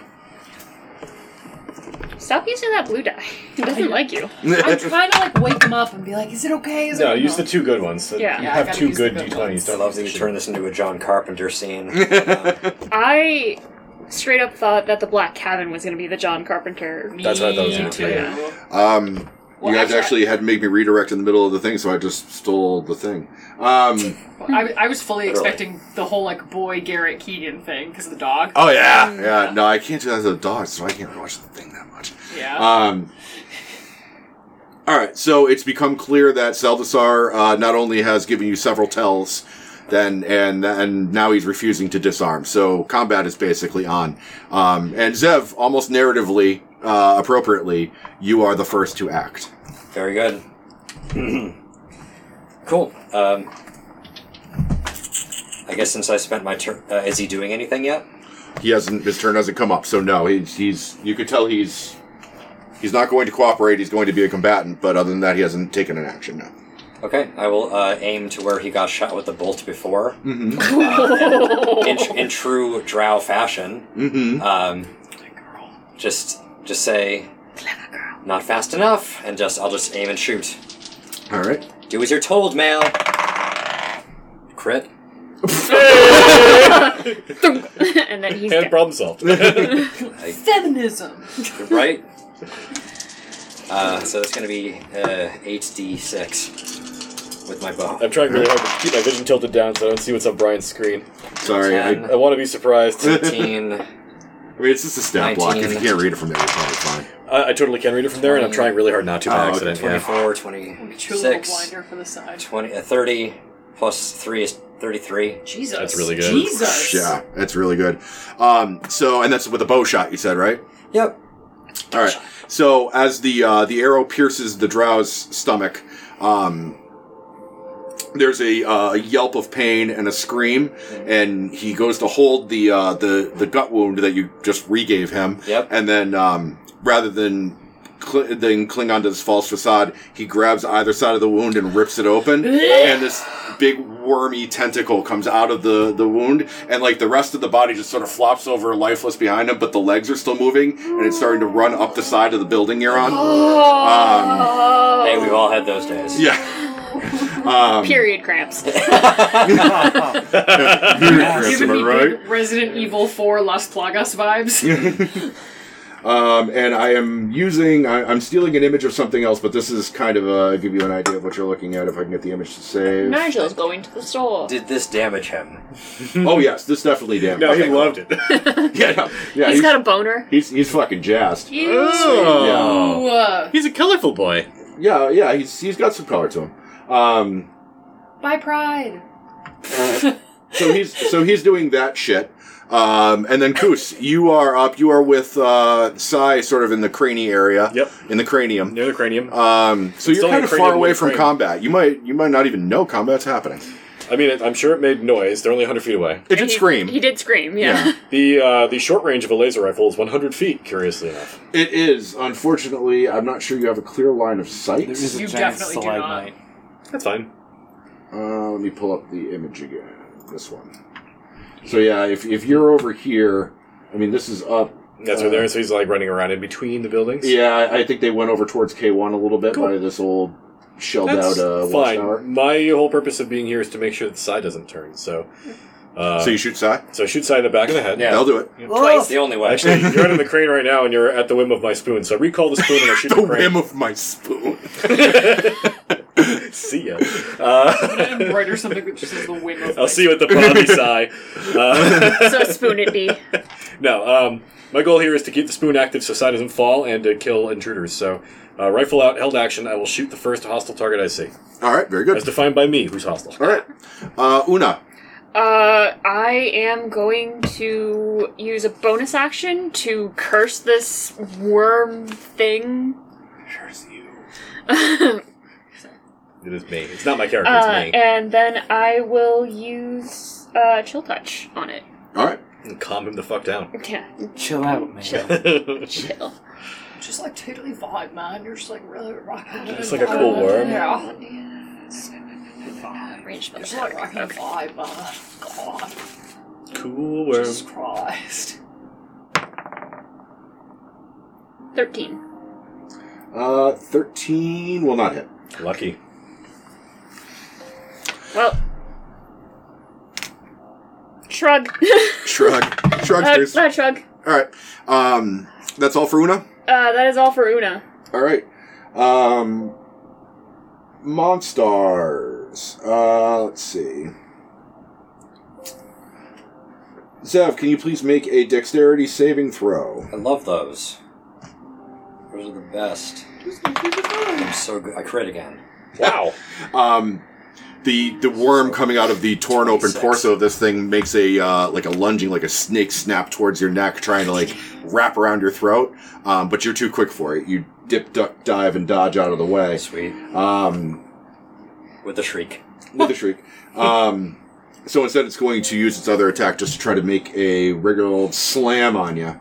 D: Stop using that
G: <laughs>
D: blue dye. It doesn't like you.
B: <laughs>
F: I'm trying to like wake him up and be like, is it okay? Is
C: No,
F: it
C: use the two good ones.
D: Yeah.
C: you
F: Yeah, I
C: have
F: gotta
C: two
F: use the
C: good
F: good
C: d20s.
F: ones.
A: I
C: Don't
A: love that you turn this into a John Carpenter scene. Uh,
D: I straight up thought that the Black Cabin was going to be the John Carpenter.
C: That's what I thought it was gonna
F: Me
C: be,
F: too.
C: yeah.
B: Um,
F: Well,
B: you guys
F: actually-
B: actually had to make me redirect in the middle of the thing, so I just stole the thing. Um,
F: I, I was fully
A: Literally.
F: expecting the whole like boy Garrett Keegan thing because of the dog.
B: oh, yeah. Yeah, no, I can't do that as a dog, so I can't watch the thing that much.
F: Yeah.
B: Um, all right, so it's become clear that Seldasar uh, not only has given you several tells, then and and now he's refusing to disarm. So combat is basically on. Um, and Zev, almost narratively, uh, appropriately, you are the first to act.
A: Very good. <clears throat> cool. Um, I guess since I spent my turn, uh, is he doing anything yet?
B: He hasn't. His turn hasn't come up, so no. He's he's. You could tell he's he's not going to cooperate. He's going to be a combatant, but other than that, he hasn't taken an action. No.
A: Okay, I will uh, aim to where he got shot with the bolt before.
B: Mm-hmm.
A: Uh, in, in true drow fashion,
B: Mm-hmm.
A: um, just just say, not fast enough, and just I'll just aim and shoot.
B: All right.
A: Do as you're told, male.
B: <laughs>
A: Crit.
G: <laughs> and then he's
C: And
G: dead.
C: problem
B: <laughs>
C: solved.
F: Feminism. <laughs>
A: right? Uh, so it's gonna be uh, 8d6 with my bow.
C: I'm trying really hard to keep my vision tilted down so I don't see what's on Brian's screen.
B: Sorry. I, I
A: Ten.
B: mean,
C: I want to be
B: <laughs>
C: surprised.
A: 18.
B: it's just a stat block. If you
A: 19.
B: can't read it from there, it's probably fine.
C: I, I totally can read it from there, and I'm trying really hard not to by
B: Oh, okay.
C: accident. Yeah.
A: 24,
F: True little
A: 26,
F: blinder for the side.
A: 20, uh, 30, plus 3 is 33.
F: Jesus.
C: That's really good.
F: Jesus.
B: Yeah, that's really good. Um, so, and that's with a bow shot, you said, right?
A: Yep.
B: All right. So, as the uh, the arrow pierces the drow's stomach, um, there's a uh, yelp of pain and a scream, and he goes to hold the uh, the the gut wound that you just regave him,
A: Yep.
B: and then um, rather than cl- than cling onto this false facade, he grabs either side of the wound and rips it open, and this big wormy tentacle comes out of the the wound, and like the rest of the body just sort of flops over lifeless behind him, but the legs are still moving, and it's starting to run up the side of the building you're on.
D: Oh.
B: Um,
G: Oh.
A: Hey, we've all had those days.
B: yeah. Um,
G: Period cramps.
B: period, Chris, am
F: Giving
B: I
F: me
B: right?
F: big Resident Evil 4 Las Plagas vibes.
B: <laughs> Um, and I am using, I, I'm stealing an image of something else, but this is kind of a, give you an idea of what you're looking at if I can get the image to save.
G: Nigel is going to the store.
A: Did this damage him?
G: Mm-hmm.
B: Oh yes, this definitely damaged.
C: No, he loved it.
B: <laughs> yeah, no, yeah,
G: He's got a boner.
B: he's, he's fucking jazzed.
C: Oh.
F: Uh,
C: He's a colorful boy.
B: Yeah, yeah, he's he's got some color to him. Um,
F: by pride.
B: so he's so he's doing that shit. Um, and then Koos, you are up. You are with uh, Sai, sort of in the crany area.
C: Yep.
B: In the cranium.
C: Near the cranium.
B: Um, so you're
C: only
B: kind of
C: a cranium,
B: far away
C: one
B: from
C: cranium.
B: combat. You might you might not even know combat's happening.
C: I mean, it, I'm sure it made noise. They're only 100 feet away.
B: It did
G: He-
B: scream.
G: He did scream, yeah.
C: The uh, the short range of a laser rifle is 100 feet, curiously enough.
B: It is. Unfortunately, I'm not sure you have a clear line of sight.
E: There is a
F: You
E: giant
F: definitely do
E: stalagmite.
C: That's fine.
B: Uh, let me pull up the image again. This one. So yeah, if if you're over here, I mean, this is up.
C: That's right there. So he's like running around in between the buildings.
B: Yeah, I- I think they went over towards K1 a little bit
C: Cool.
B: by this old shelled out
C: That's
B: uh,
C: fine.
B: watchtower.
C: My whole purpose of being here is to make sure that the side doesn't turn. So, uh,
B: So you shoot Sai.
C: so shoot side in the back of the head.
A: Yeah.
B: They'll do it.
A: Twice. The only way.
C: <laughs> Actually, you're out of the crane right now, and you're at the whim of my spoon. So recall the spoon and
B: <laughs>
C: I shoot the,
B: The
C: crane.
B: whim of my spoon.
C: <laughs> see ya. Uh, <laughs>
F: I'm gonna embroider something that just says the whim of
C: I'll see you at
B: <laughs>
C: the Bobby sigh.
G: <laughs>
C: Uh, <laughs>
G: so spoon it be.
C: no, um, my goal here is to keep the spoon active so side doesn't fall and to kill intruders. So, uh, rifle out, held action. I will shoot the first hostile target I see,
B: All right, very
C: as
B: good.
C: defined by me, who's hostile.
B: All right, uh, Una.
G: Uh, I am going to use a bonus action to curse this worm thing. Curse <laughs> you.
C: It is me. It's not my character.
G: uh,
C: it's me.
G: and then I will use uh, chill touch on it.
B: All right,
C: and Mm, calm him the fuck down.
D: <laughs> Yeah,
E: Chill out, man.
D: Chill.
C: it's
D: chill.
F: Just like totally vibe, man. You're just like really rocking.
C: Just like a cool
D: Uh,
C: worm.
F: Yeah.
D: Range
F: Just like rocking
D: Okay.
F: vibe, man. God,
C: <laughs> cool worm.
F: Jesus Christ.
D: Thirteen.
B: Uh, 13 will not hit.
C: Lucky.
D: Well. Shrug.
B: Shrug.
D: <laughs>
B: Shrug,
D: Uh,
B: please.
D: not shrug.
B: All right. Um, that's all for Una.
D: Uh, that is all for Una.
B: All right. Um, Monstars. Uh, let's see. Zev, can you please make a dexterity saving throw?
A: I love those. Those are the best. I'm so good. I crit again.
C: <laughs> Wow.
B: Um, the the worm coming out of the torn open
A: 26.
B: torso of this thing makes a uh, like a lunging, like a snake snap towards your neck, trying to like wrap around your throat. Um, but you're too quick for it. You dip, duck, dive, and dodge out of the way.
A: Sweet.
B: Um,
A: With the shriek.
B: with a shriek. Um, so instead, it's going to use its other attack just to try to make a regular old slam on you.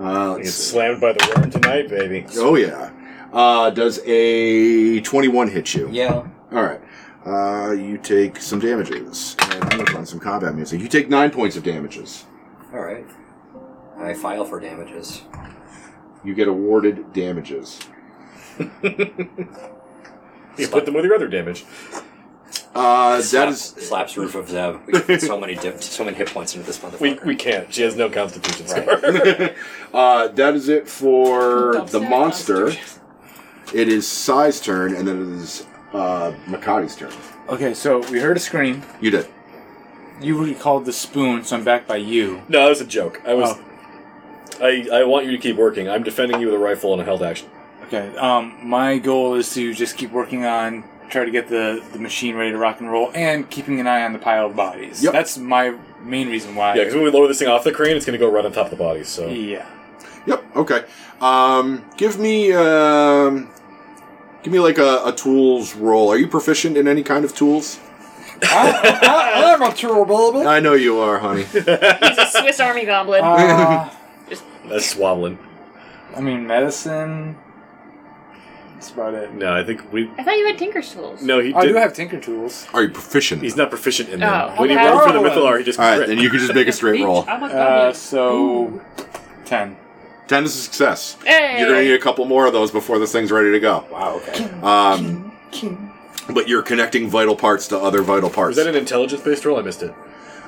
B: Uh, let's
C: It's
B: see.
C: slammed by the worm tonight, baby.
B: oh yeah. Uh, does a twenty-one hit you?
A: Yeah.
B: All right. Uh, you take some damages. And I'm gonna run some combat music. You take nine points of damages.
A: All right. I file for damages.
B: You get awarded damages.
C: You put them with your other damage.
B: Uh, that
A: Slap-
B: is <laughs>
A: slaps roof of Zev. We can fit so many dip, so many hit points into this motherfucker.
C: We, we can't. She has no constitution
A: Right.
C: score.
B: uh, that is it for the
F: Dumpster
B: monster.
F: monster.
B: It is Sai's turn, and then it is uh, Makati's turn.
E: <laughs> Okay, so we heard a scream.
B: You did.
E: You recalled the spoon, so I'm back by you.
C: <laughs> no, that was a joke. I was.
E: Oh.
C: I, I want you to keep working. I'm defending you with a rifle and a held action.
E: Okay. Um, my goal is to just keep working on try to get the, the machine ready to rock and roll, and keeping an eye on the pile of bodies.
B: Yep.
E: That's my main reason why.
C: Yeah, because when we lower this thing off the crane, it's going to go right on top of the body. So <laughs>
E: Yeah. <laughs>
B: Yep. Okay. Um, give me um, give me like a, a tools roll. Are you proficient in any kind of tools?
E: I, am Ah, a terrible.
B: I know you are, honey.
D: He's a Swiss Army goblin.
E: Uh,
C: that's swabbling.
E: I mean, medicine. That's about it. Oh,
C: No, I think we.
D: I thought you had Tinker's tools.
C: No, he did.
E: I do have tinker tools.
B: Are you proficient?
C: He's not proficient in
D: Oh,
C: them. when he
D: okay.
C: rolled for the
E: Roll one.
C: Mythalar, he just
B: All right,
C: crit.
B: then you can just make a straight roll.
F: I'm a
E: Uh,
F: dummy.
E: so ten.
B: Ten is a success.
D: Hey!
B: You're gonna need a couple more of those before this thing's ready to go.
A: Wow. Okay.
B: Um, but you're connecting vital parts to other vital parts.
C: Was that an intelligence-based roll? I
F: <laughs>
C: missed it.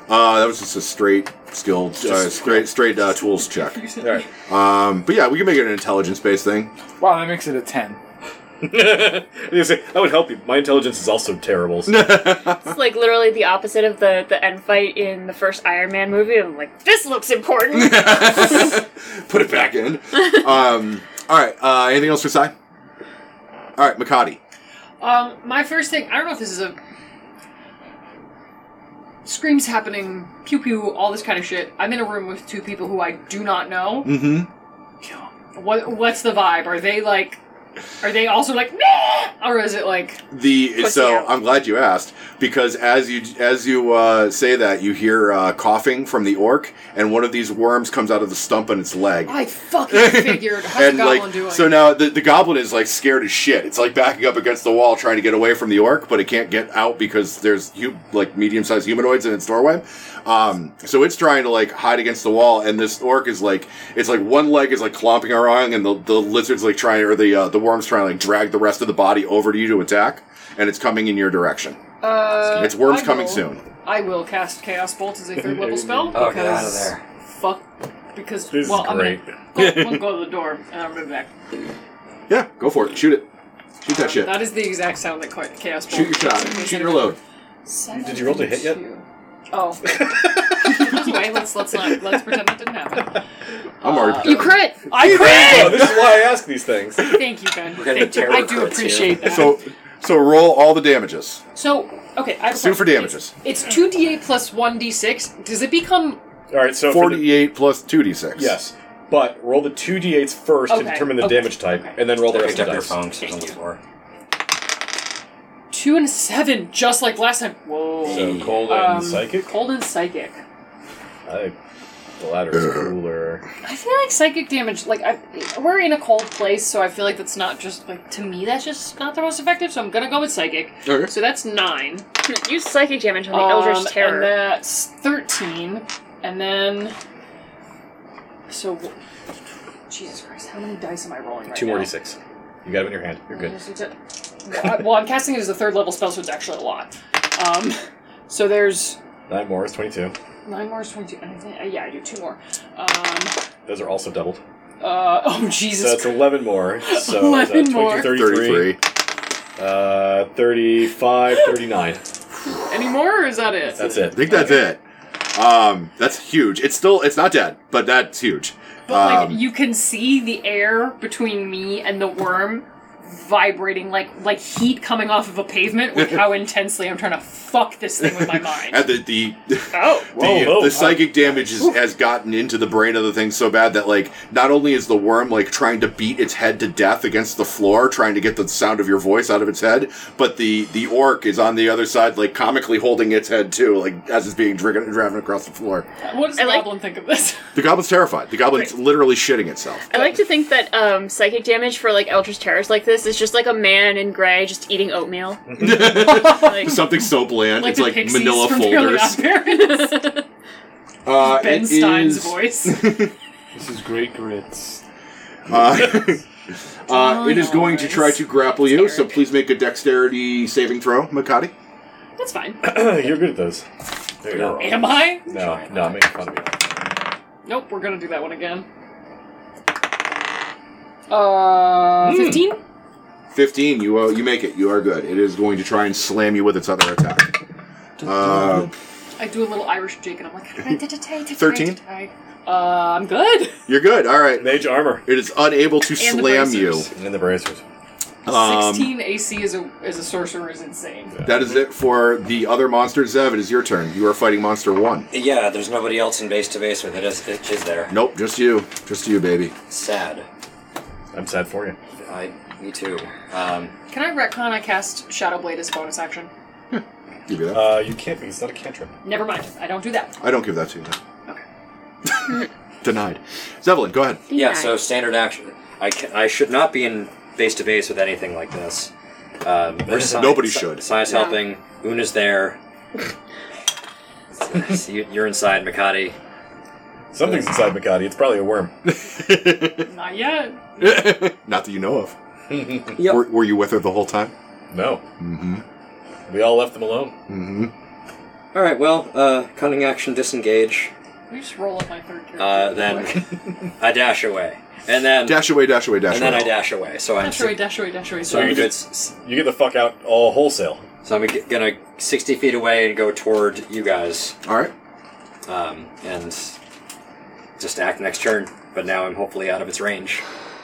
B: uh, that was just a straight skill, uh, straight straight uh, tools <laughs> check.
C: All right. <laughs>
B: Um, but yeah, we can make it an intelligence based thing.
E: Wow, that makes it a ten.
C: You say, that would help you. My intelligence is also terrible. so-
D: It's like literally the opposite of the the end fight in the first Iron Man movie. I'm like, this looks
C: <laughs>
D: important. <laughs>
B: <laughs> Put it back in. Um, all right. Uh, anything else for Sai? All right, Makati.
F: Um, my first thing, I don't know if this is a screams happening, pew pew, all this kind of shit. I'm in a room with two people who I do not know.
B: Mm-hmm.
F: What what's the vibe? Are they like are they also like "Meh," or is it like
B: The so
D: out.
B: I'm glad you asked because as you as you uh, say that you hear uh, coughing from the orc and one of these worms comes out of the stump on its leg. <laughs>
F: I fucking figured how's the
B: and
F: goblin
B: like
F: doing?
B: so now the, the goblin is like scared as shit. It's like backing up against the wall trying to get away from the orc, but it can't get out because there's hu- like medium sized humanoids in its doorway. Um, so it's trying to like hide against the wall, and this orc is like it's like one leg is like clomping around, and the, the lizard's like trying or the uh, the worm's trying to like drag the rest of the body over to you to attack, and it's coming in your direction.
F: uh,
B: It's worms
F: I
B: coming
F: will-
B: soon.
F: I will cast Chaos Bolt as a third level spell.
A: Oh, get out of
F: because
A: there.
F: Fuck. Because
C: This is
F: well,
C: great.
F: I'm gonna go, we'll go to the door and I'll move back.
B: Yeah, go for it. Shoot it. Shoot that shit.
F: That is the exact sound that Cha- Chaos Bolt.
B: Shoot your shot. Shoot your load.
C: Did you roll to hit yet? <laughs>
F: Oh. anyway, let's let's not let's pretend that didn't happen. Uh,
B: I'm already.
D: you crit.
F: I
C: Oh,
F: crit.
C: this is why I ask these things.
F: Thank you, Ben.
A: gonna
F: Thank you.
A: terror
F: I do
A: crits here.
F: appreciate that. So,
B: So so roll all the damages.
F: okay, I have a
B: Sue for
F: question.
B: damages.
F: It's two d eight plus one d six. Does it become?
C: All right, so for the-
B: Forty-eight plus two d six.
C: yes, but roll the two d8s first to
F: Okay,
C: determine the
F: okay,
C: damage type,
F: okay.
C: and then roll the
A: I
C: rest
A: picked
C: of
A: up
C: the
A: your phone
C: dice.
A: 'cause it was on the floor.
F: Two and seven, just like last time. Whoa.
C: So cold and
F: Um,
C: psychic.
F: Cold and psychic.
C: I The ladder is cooler.
F: I feel like psychic damage, like, I, we're in a cold place, so I feel like that's not just, like, to me, that's just not the most effective, so I'm gonna go with psychic.
B: Okay.
F: So that's nine.
G: Use psychic damage on the
F: Um,
G: Eldritch Terror.
F: And that's 13. And then. So. w- Jesus Christ, how many dice am I rolling right
C: Two
F: now?
C: more d6. You got it in your hand. You're good.
F: Well, I- well, I'm casting it as a third level spell, so it's actually a lot. Um, so there's
C: Nine more is 22.
F: nine more, is 22. and I think- uh, Yeah, I do two more. Um,
C: Those are also doubled.
F: uh, oh,
C: So
F: Jesus
C: that's 11 more. So
F: 11
C: 11
F: more.
C: 33.
B: 33.
C: Uh, 35, 39.
F: Christ. Any more, or is that it?
C: That's
B: I
C: it.
B: think that's it. Um, that's huge. It's still, it's not dead, but that's huge.
F: But, like,
B: Um,
F: you can see the air between me and the worm vibrating like like heat coming off of a pavement with
B: <laughs>
F: how intensely I'm trying to fuck this thing with my mind.
B: and the the, <laughs>
F: oh.
C: Whoa,
B: the,
C: whoa. Uh,
B: the psychic damage is, has gotten into the brain of the thing so bad that like not only is the worm like trying to beat its head to death against the floor, trying to get the sound of your voice out of its head, but the the orc is on the other side, like comically holding its head too, like as it's being driven driven across the floor.
F: What does
G: I
F: the
G: like-
F: goblin think
B: <laughs>
F: of this?
B: The goblin's terrified. The goblin's literally shitting itself.
G: I like to think that um, psychic damage for like Eldritch Terrors like this is just like a man in gray just eating
B: <laughs>
C: <laughs>
G: oatmeal. like,
B: Something so bland.
F: Like
B: it's
F: the
B: like
F: pixies
B: manila
F: from Fairly
B: folders. <laughs> Uh,
F: Odd Parents. <laughs> ben
B: it
F: Stein's
B: is-
F: voice.
E: This is great grits.
B: <laughs> Uh, uh, it is going to
F: Nice.
B: try to grapple you, so please make a dexterity saving throw, Makati.
F: That's fine.
C: <clears throat> You're good at those. There you go.
F: Am I?
C: No, no, I'm making fun of you.
F: Nope, we're gonna do that one again. Uh,
B: Hmm.
F: fifteen.
B: 15, you uh, you make it. You are good. It is going to try and slam you with its other attack. Uh,
F: I do a little Irish jig, and I'm
B: <laughs>
F: like,
B: 13?
F: Uh, I'm good.
B: you're good. All right.
C: Mage armor.
B: It is unable to
F: And the
B: slam you.
F: bracers.
C: And the bracers.
B: Um,
F: Sixteen AC as a as a sorcerer is insane.
B: that is it for the other monster. Zev, it is your turn. You are fighting monster one.
A: Yeah, there's nobody else in base to base with it, is, is there?
B: Nope, just you. Just you, baby.
A: Sad.
C: I'm sad for you.
A: I, me too. Um,
F: Can I retcon? I cast Shadow Blade as bonus action.
B: Give you that.
C: Uh, you can't because it's not a cantrip.
F: Never mind. I don't
A: <laughs>
F: do that.
B: I don't give that to you. no.
F: Okay.
B: <laughs> Denied. Zevelin, go ahead.
A: Yeah, so standard action. I, ca I should not be in face to face with anything like this. Um, we're sci-
B: Nobody should.
A: Science helping. Una's there. So you- You're inside, Mikati.
C: Something's inside Makati. It's probably a worm. <laughs>
F: Not yet.
B: <laughs> Not that you know of. Were, were you with her the whole time?
C: No. Mm-hmm. We all left them alone.
B: Mm-hmm.
A: All right. Well, uh, cunning action, disengage.
F: Let me just roll up my third character.
A: Uh,
F: real quick.
A: then I dash away, and then
B: Dash away, dash away, dash
A: and
B: away.
A: then I dash away. So I'm
F: dash away, dash away, dash away.
A: so I'm
F: Sorry.
A: a
C: you
A: good.
C: just-
A: s-
C: You get the fuck out all wholesale.
A: So I'm g- gonna sixty feet away and go toward you guys,
B: All right.
A: um, and just act next turn. But now I'm hopefully out of its range.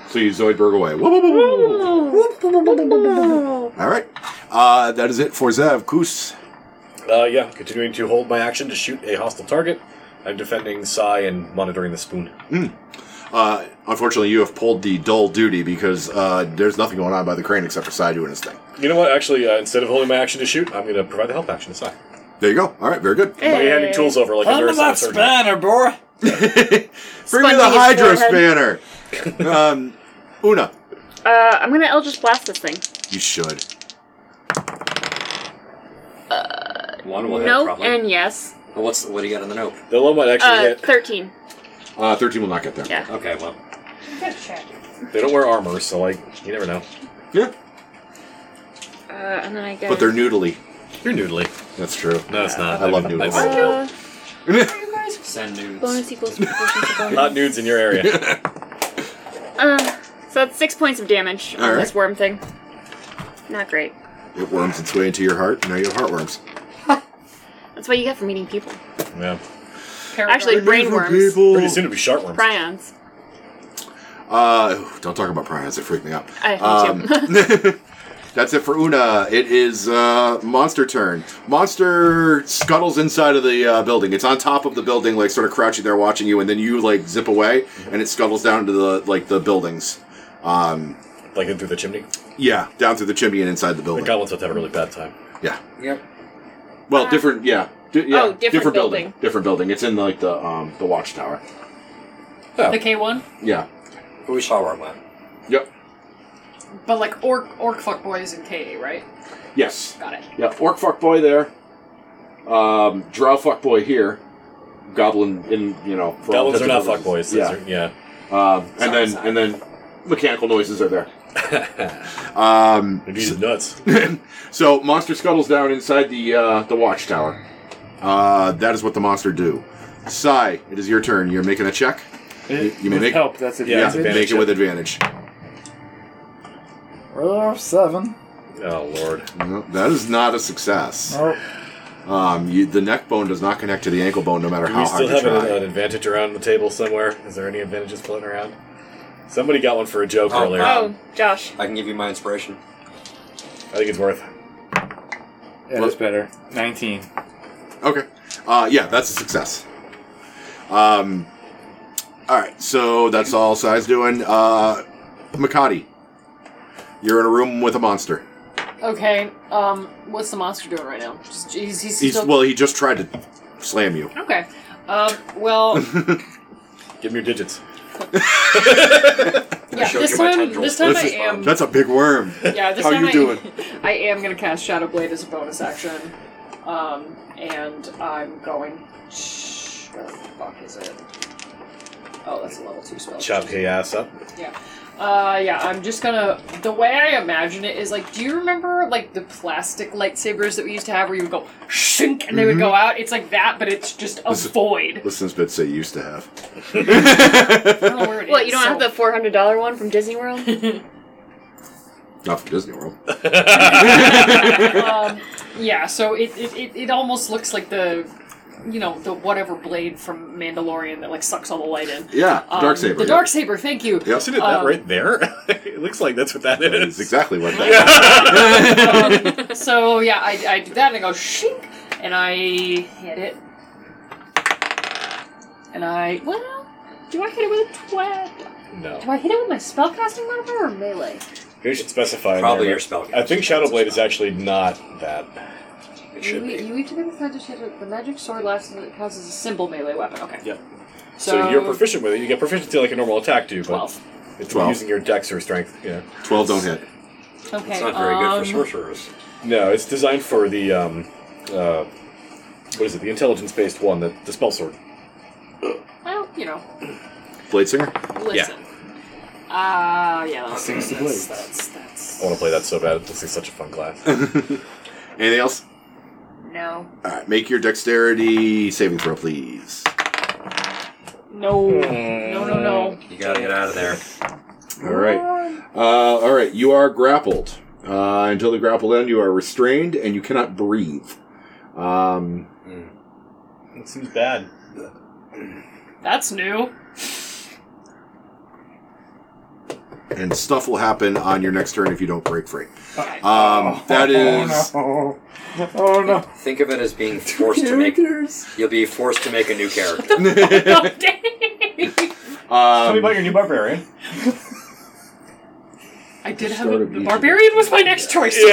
B: So you Zoidberg away. Whoa, whoa, whoa, whoa, whoa, whoa. All right. Uh, that is it for Zev. Kus.
C: Uh, yeah, continuing to hold my action to shoot a hostile target. I'm defending Sai and monitoring the spoon.
B: Uh, unfortunately, you have pulled the dull duty because uh, there's nothing going on by the crane except for Sai doing his thing.
C: You know what? Actually, uh, instead of holding my action to shoot, I'm going to provide the help action to Sai.
B: There you go. All right. Very good.
C: I'm handing tools over like a nurse on a surgeon.
E: boy.
B: Bring me the
G: Sponging his
B: Hydro
G: forehead. <laughs>
B: Spanner. um, Una,
G: uh, I'm gonna Eldritch Blast this thing.
B: you should.
A: One will hit
G: Nope
A: probably.
G: and yes.
A: Well, What's what do you got on the nope?
C: The low might actually
G: Uh,
C: hit.
G: thirteen.
B: Uh, 13 will not get there.
G: Yeah.
A: Okay, well,
C: They don't wear armor, so like you never know.
B: Yeah.
G: Uh, and then I get.
B: But they're noodly.
C: You're noodly.
B: That's true.
C: No, it's not.
B: I love noodles.
C: I've-
G: Uh,
A: send nudes.
G: bonus equals proportion to bonus.
C: Not nudes in your area.
G: Uh, so that's six points of damage on
B: All right.
G: this worm thing. Not great.
B: It worms its way into your heart. Now you have heartworms.
G: That's what you get from eating people.
C: yeah.
G: Actually, brain worms.
C: Pretty soon it'll be sharp worms.
G: Prions.
B: Uh, don't talk about prions. It freaked me out.
G: I <laughs>
B: Um,
G: me too.
B: <laughs> That's it for Una. It is uh, monster turn. Monster scuttles inside of the uh, building. It's on top of the building, like sort of crouching there, watching you, and then you like zip away, and it scuttles down to the like the buildings. Um,
C: Like in through the chimney.
B: yeah, down through the chimney and inside the
C: The
B: building.
C: goblins have to have a really bad time.
B: Yeah.
A: Yep.
B: Well, different. Yeah, Di- yeah,
G: Oh, different building.
B: Different building. It's in like the um the watchtower.
A: Oh.
F: The K one,
B: Yeah.
A: But we saw where it went.
B: Yep.
F: but like orc orc fuck boys in K right?
B: Yes.
F: Got it.
B: Yeah. Orc fuck boy there. Um, drow fuck boy here. Goblin in you know. For all
C: Goblins are not
B: intents and
C: fuckboys.
B: purposes.
C: Yeah. yeah.
B: Yeah. Um, and then
A: sorry.
B: and then mechanical noises are there. um,
C: <laughs> They're just nuts.
B: <laughs> so monster scuttles down inside the uh, the watchtower. Uh, that is what the monster do. Sai, it is your turn. You're making a check. You, you may make
E: help. That's
C: Yeah,
E: advantage.
C: it's advantage.
B: make it with advantage.
E: Well, Uh, seven.
C: Oh lord.
B: No, that is not a success.
E: Oh,
B: Um, you, the neck bone does not connect to the ankle bone, no matter
C: Do
B: how
C: we
B: hard
C: still
B: you
C: have an,
B: try.
C: an advantage around the table somewhere? Is there any advantages floating around? Somebody got one for a joke
A: Oh,
C: earlier.
A: wow.
G: Oh, Josh.
A: I can give you my inspiration.
C: I think it's worth.
E: yeah, that's better. Nineteen.
B: Okay. Uh, yeah, that's a success. Um, all right, so that's all Sai's doing. Uh, Makati, you're in a room with a monster.
F: Okay. Um, what's the monster doing right now? Just, he's, he's,
B: He's
F: still
B: well, he just tried to slam you.
F: okay. Um,
A: <laughs>
F: well,
C: Give him your digits.
F: yeah.
A: showed
F: This
A: you my
F: time,
A: tendrils.
F: this time I
B: This is
F: am.
B: That's a big worm.
F: Yeah, this
B: How
F: time
B: you
F: I,
B: doing?
F: <laughs> I am gonna cast Shadow Blade as a bonus action. Um, and I'm going. Shh, where the fuck is it? Oh, that's a level two spell.
C: Chop his ass up.
F: Yeah. Uh, yeah, I'm just gonna. The way I imagine it is like, do you remember like the plastic lightsabers that we used to have where you would go shink and they would go out? It's like that, but it's just a
B: Mm-hmm. This is-
F: void.
B: Listeners, bit say used to have.
F: I don't know where it
G: What,
F: is,
G: you don't have
F: so-
G: the $400 one from Disney
B: <laughs>
G: World? <laughs>
B: Not from Disney World.
F: um, yeah, so it, it, it, it almost looks like the, you know, the whatever blade from Mandalorian that like sucks all the light in.
B: Yeah,
F: Um,
B: dark saber.
F: The dark saber. Thank you.
B: Yep.
C: Isn't it that
F: Um,
C: right there? <laughs> it looks like that's what that
B: It's
C: <laughs> is.
B: exactly what that.
F: Um, so yeah, I, I do that and I go shink, and I hit it, and I well, do I hit it with a twat? Do
C: <laughs> No.
F: I hit it with my spellcasting modifier or melee?
C: We should specify. in
A: Probably
C: there,
A: your spell.
C: but I think Shadow Blade is actually not that.
A: It should be.
F: each of them decide to hit with the magic sword last and it counts as a simple melee weapon. Okay.
C: Yep.
F: So,
C: So, you're proficient with it. You get proficiency like a normal attack do, but
F: Twelve.
C: it's
B: Twelve.
C: using your dex or strength. Yeah.
B: Twelve don't hit.
F: Okay.
A: It's not very good for
F: um,
A: sorcerers.
C: No, it's designed for the um, uh, what is it? The intelligence-based one, the, the spell sword.
F: Well, you know,
B: Blade singer. <laughs>
F: listen. Ah, uh, yeah. That's,
E: Six
F: that's,
E: blades.
F: that's that's
C: I want to play that so bad. It looks like such a fun class.
B: Anything else?
G: No.
B: All right, make your dexterity saving throw, please.
F: no, no, no, no.
B: Hmm.
A: You gotta get out of there.
B: All right. Uh, all right. You are grappled. Uh, until the grapple end, you are restrained and you cannot breathe. Um,
C: it seems <laughs> bad.
F: That's new.
B: and stuff will happen on your next turn if you don't break free. Um, that
F: <laughs>
B: is.
E: Oh no! Oh no!
A: Think of it as being forced to make. You'll be forced to make a new character.
C: <laughs>
G: Oh,
C: Tell me about
B: Um,
C: your new barbarian.
F: I did have
B: Start
F: a,
B: of
F: the
B: each.
F: barbarian was my next choice.
A: no,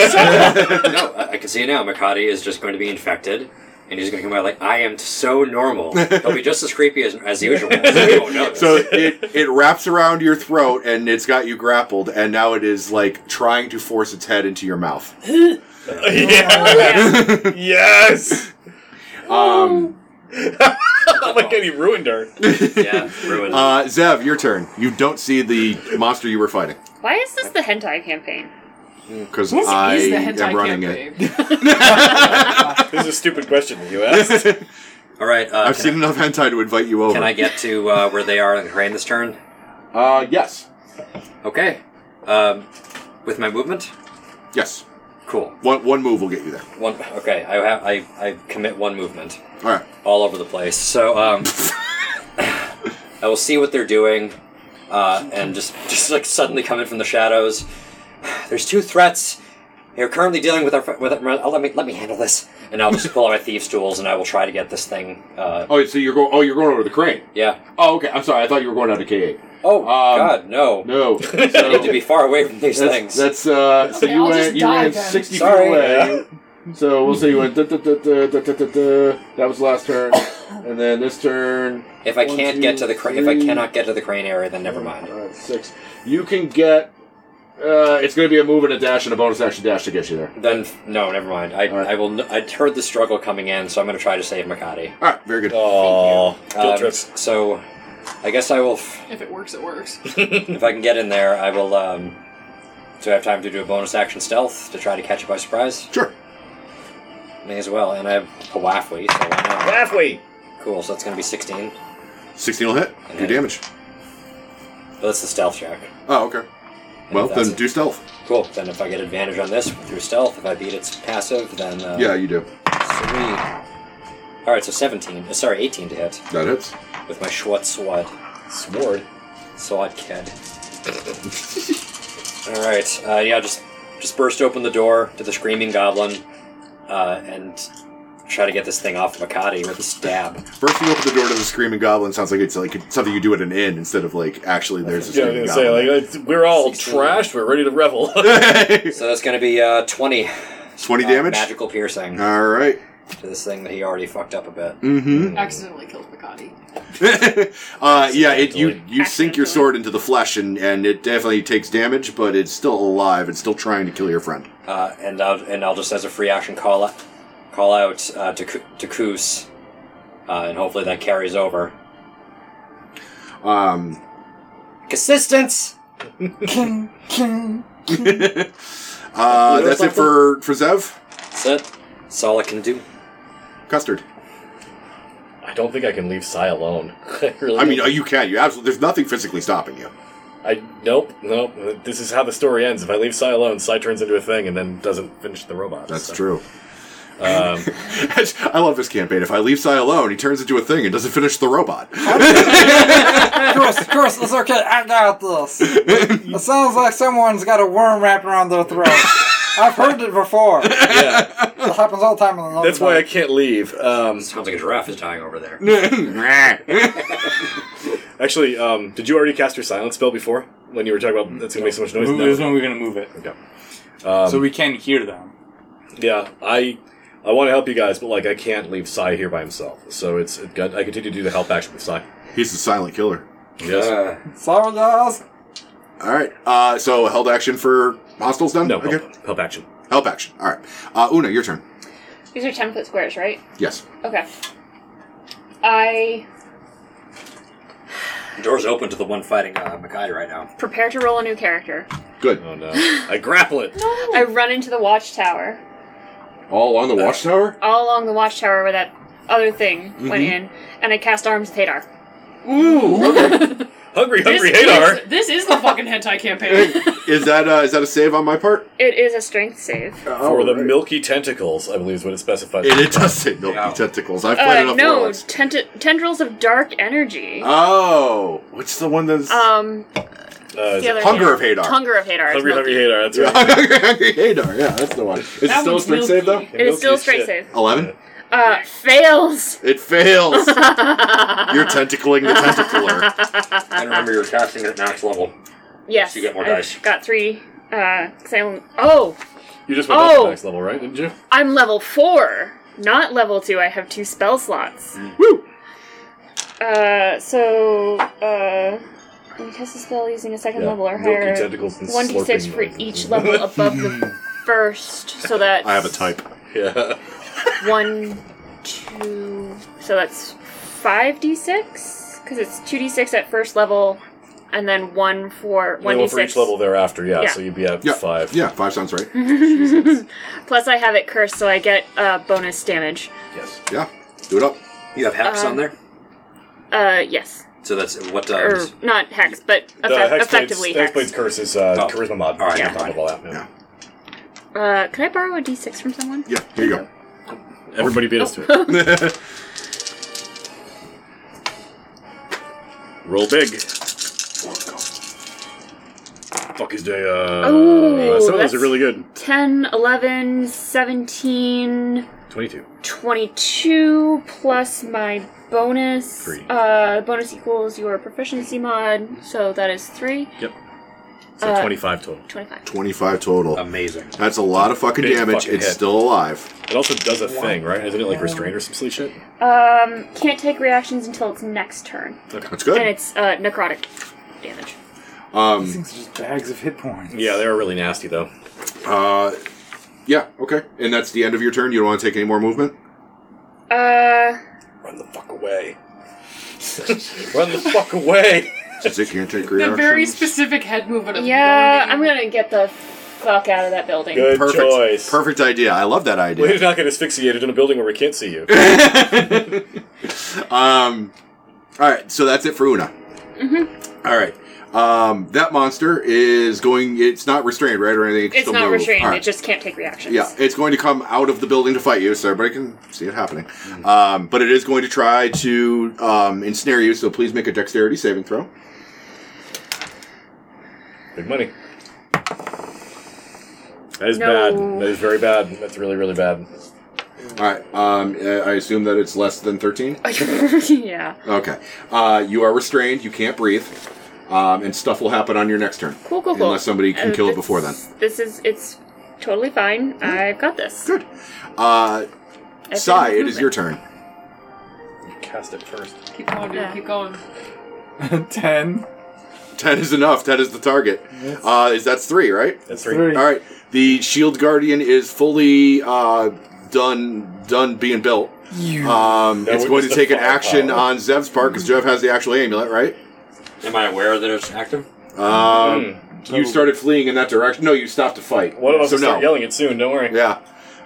A: I, I can see it now. Makati is just going to be infected, and he's going to come out like, "I am so normal." He'll be just as creepy as, as
C: <laughs>
A: usual. so we won't know. <laughs>
B: so it it wraps around your throat and it's got you grappled and now it is like trying to force its head into your mouth.
F: <laughs>
B: <laughs>
C: <laughs> yes.
B: Um,
C: oh my god, he ruined her.
A: yeah, ruined.
B: uh, Zev, your turn. You don't see the monster you were fighting
G: Why is this the hentai campaign?
B: because I
F: is the
B: am
F: hentai
B: running it.
F: campaign.
C: This is a stupid question that
F: <laughs>
C: you <laughs> asked.
A: All right, uh,
B: <laughs> I've
A: can,
B: seen enough hentai to invite you
A: I,
B: over.
A: can I get to uh, where they are in the crane this turn?
B: Uh, yes.
A: Okay, um, with my movement,
B: Yes.
A: cool.
B: One, one move will get you there.
A: One. Okay, I have I, I commit one movement.
B: All right.
A: all over the place. So um, I will see what they're doing, uh, and just just like suddenly come in from the shadows. There's two threats. They're currently dealing with our. fr- With our oh, let me let me handle this, and I'll just pull out my thieves' tools, and I will try to get this thing. Uh,
B: Oh, so you're going? Oh, you're going over the crane.
A: yeah.
B: Oh, okay. I'm sorry. I thought you were going out to K8.
A: Oh
B: Um,
A: God, no!
B: No.
A: <laughs> I need to be far away from these
B: that's,
A: things.
B: that's uh. So
F: Okay,
B: you
F: I'll
B: ran.
F: just
B: You
F: die
B: ran
F: then.
B: sixty
A: Sorry.
B: feet away.
H: So we'll say you went. Da, da, da, da, da, da, da, da. That was last turn, and then this turn.
A: If I
H: One,
A: can't
H: two,
A: get to the cra- if I
H: three.
A: cannot get to the crane area, then never mind.
H: All right, six. You can get. Uh, it's going to be a move and a dash and a bonus action dash to get you there.
A: Then no, never mind. I,
H: All right.
A: I will. n- I heard the struggle coming in, so I'm going to try to save Makati.
B: All right, very good.
C: Oh, guilt
A: Um,
C: trips.
A: So, I guess I will. F-
F: <laughs> If it works, it
B: <laughs>
F: works.
A: if I can get in there, I will. Um, do I have time to do a bonus action stealth to try to catch it by surprise?
B: Sure.
A: May as well. And I have Pawafwi, so why not?
C: Halfway.
A: Cool. So that's going to be 16.
B: 16 will hit. Do damage.
A: But that's the stealth check.
B: Oh, okay. Well, then do stealth.
A: Cool. Then if I get advantage on this through stealth, if I beat its passive, then uh,
B: Yeah, you do.
A: three. All right, so 17. uh, sorry, 18 to hit
B: That hits.
A: with my Schwartz sword.
C: Sword.
A: Sword kid. <laughs> All right. Uh, yeah, just just burst open the door to the screaming goblin, uh, and try to get this thing off Makati with a stab.
B: First, you open the door to the screaming goblin. Sounds like it's like something you do at an inn instead of like actually there's a
C: Yeah, I was
B: screaming
C: gonna say like
B: goblin.
C: it's- we're all
A: 16.
C: trashed. We're ready
B: <laughs>
C: to revel.
A: So that's going to be uh, 20
B: 20 <laughs>
A: uh,
B: damage.
A: magical piercing
B: All right.
A: to this thing that he already fucked up a bit.
B: Mm-hmm. <laughs>
F: Accidentally kills Makati.
B: uh, yeah, it, you you
D: Accidentally.
B: sink your sword into the flesh and, and it definitely takes damage, but it's still alive. It's still trying to kill your friend.
A: Uh, and I'll and I'll just as a free action call out, call out uh, to Ku- to Koos, uh, and hopefully that carries over.
B: Um,
A: Assistance.
B: uh, that's it for for Zev
A: That's it. That's all I can do.
B: Custard.
C: I don't think I can leave Sai alone. <laughs> I really.
B: I mean,
C: don't.
B: uh, you can. You absolutely. There's nothing physically stopping you.
C: I nope, nope. This is how the story ends. If I leave Sai alone, Sai turns into a thing and then doesn't finish the robot.
B: That's
C: So,
B: true. <laughs>
C: Um,
B: I love this campaign. If I leave Sai alone, he turns into a thing and doesn't finish the robot.
E: Chris, Chris, it's okay. I got this. It sounds like someone's got a worm wrapped around their throat. I've heard it before.
B: <laughs>
E: It
C: yeah,
E: happens all the time. In the
C: that's why I can't leave. Um,
A: Sounds like a giraffe is dying over there.
C: actually, um, did you already cast your silence spell before when you were talking
B: Mm,
C: about that's gonna make so much noise?
E: Move,
C: No.
E: This is when we're gonna move it,
C: Okay. Um,
E: so we can hear them.
C: yeah, I I want to help you guys, but like I can't leave Sai here by himself. So it's it got, I continue to do the help action with Sai.
B: He's a silent killer.
C: Yes.
A: Uh,
E: Sorry, guys.
B: All right. Uh, so held action for hostiles done.
C: no
B: Okay.
C: help, help action.
B: Help action. All right. Uh, Una, your turn.
D: These are 10 foot squares, right?
B: Yes.
D: Okay. I
A: door's open to the one fighting uh, Makai right now.
D: prepare to roll a new character.
B: Good. <laughs>
C: Oh no, I grapple it.
F: Oh.
D: I run into the watchtower,
B: All on the
A: Uh,
B: watchtower.
D: all along the watchtower where that other thing went
B: Mm-hmm.
D: in, and I cast arms with Hadar.
C: Hungry,
F: This
C: hungry Hadar.
F: is, this is the fucking hentai campaign.
B: Is that uh, is that a save on my part?
D: It is a strength save.
C: For the
B: Alright.
C: milky tentacles, I believe is what it specifies.
B: It, it does say milky
A: Yeah.
B: tentacles. I've played
D: Uh,
B: enough
D: no,
B: warlocks.
D: tent- tendrils of dark energy.
B: Oh, what's the one that's
D: um,
C: Uh, is
D: the
C: it
D: other
B: Hunger of
D: hand.
B: Hadar?
D: Hunger of Hadar. is
C: hungry,
D: milky.
C: hungry Hadar. That's
B: <laughs>
C: right.
B: Hungry Hadar. Yeah, that's the one. Is it
F: That
B: still a
F: one's
B: strength save though?
F: milky.
D: It is still a
C: Milky
D: straight
C: shit.
D: save.
B: Eleven.
D: Uh, fails.
B: <laughs> It fails. You're tentacling the tentacler.
D: <laughs>
A: And remember, you're casting at max level.
D: Yes.
A: So you get more
D: I've
A: dice.
D: Got three. Uh, 'cause I only- oh,
C: You just went up to
D: Oh.
C: the next level, right? Didn't you?
D: I'm level four, not level two. I have two spell slots.
B: Woo!
D: Uh, so uh, you cast a spell using a second level or
C: Milky
D: higher.
C: tentacles and
D: One d six
C: slurping
D: for
C: noises.
D: each
C: <laughs>
D: level above the first, so that
B: I have a type.
C: Yeah.
D: one, two. So that's five d six because it's two d six at first level, and then one for one
C: One
D: d
C: for
D: six.
C: each level thereafter, yeah.
D: Yeah.
C: So you'd be at
B: Yeah.
C: five.
B: Yeah, five sounds right.
D: Plus, I have it cursed, so I get uh, bonus damage.
C: Yes.
B: Yeah, do it up.
A: You have hex
F: Um,
A: on there,
D: Uh, yes,
A: so that's what
F: er,
A: um,
D: or
A: does.
D: not hex, but
C: The
D: effect-
C: Hexblade's-
D: effectively hex.
C: Hexblade's curse is uh,
A: Oh.
C: charisma mod.
A: All right,
C: Yeah.
A: never mind.
C: All that, yeah.
B: Yeah.
D: Uh, can I borrow a d6 from someone?
B: Yeah, here you go.
C: Everybody beat us to it. <laughs> Roll big. Fuck is day. Uh,
D: Ooh,
C: some of those
D: that's-
C: are really good.
D: 10, 11, 17,
C: Twenty-two.
D: 22 plus my bonus.
C: Three.
D: Uh, bonus equals your proficiency mod, so that is 3.
C: Yep. So 25 total.
G: 25.
B: 25 total.
I: Amazing.
B: That's a lot of fucking
C: Big
B: damage.
C: fucking
B: it's
C: hit.
B: still alive.
C: It also does a thing, right? Isn't it like restrained or some silly shit?
G: Um, can't take reactions until its next turn,
B: That's
G: and
B: good. Um,
G: it's uh, necrotic damage.
E: These things are just bags of hit points.
C: Yeah, they're really nasty though.
B: Uh, yeah, okay. And that's the end of your turn. You don't want to take any more movement?
G: Uh,
C: Run the fuck away. Run the fuck away.
B: Is it
G: <laughs>
B: can't take
F: The
B: reactions?
F: very specific head movement of
G: yeah,
F: going in.
G: I'm gonna get the fuck out of that building.
C: Good
B: Perfect.
C: choice.
B: Perfect idea. I love that idea.
C: Way to not get asphyxiated in a building where we can't see you.
B: um, all right, so that's it for Una.
G: Mm-hmm.
B: All right. Um, that monster is going. It's not restrained, right, or anything. can
G: It's
B: still
G: not
B: move.
G: restrained.
B: All right.
G: It just can't take reactions.
B: yeah, it's going to come out of the building to fight you, so everybody can see it happening.
C: Mm.
B: Um, but it is going to try to um, ensnare you. So please make a dexterity saving throw.
C: Big money. That is
G: No.
C: bad. That is very bad. That's really, really bad.
B: All right. Um, uh, I assume that it's less than thirteen.
G: <laughs> yeah.
B: Okay. Uh, you are restrained. You can't breathe. Um, and stuff will happen on your next turn.
G: Cool, cool, cool.
B: Unless somebody can
G: Uh,
B: kill it
G: this-
B: before then.
G: This is it's totally fine. I've got this.
B: Good. Uh,
G: I've
B: Sai,
G: been
B: it is your
G: improving.
B: turn. <laughs>
C: Cast it first.
F: Keep going, dude. Keep going.
E: <laughs> Ten.
B: Ten is enough. Ten is the target. Uh, is that's three, Uh, right?
C: That's three.
E: Three.
B: All right. The shield guardian is fully uh, done. Done being built. Um,
C: That
B: it's
C: was
B: going to
C: the
B: take an
C: firepower.
B: action on Zev's part because Zev has the actual amulet, right?
I: Am I aware that it's active?
B: Um,
C: Mm-hmm.
B: You started fleeing in that direction. No, you stopped to fight.
C: One of us
B: so
C: will start
B: no.
C: yelling it soon. Don't worry.
B: Yeah.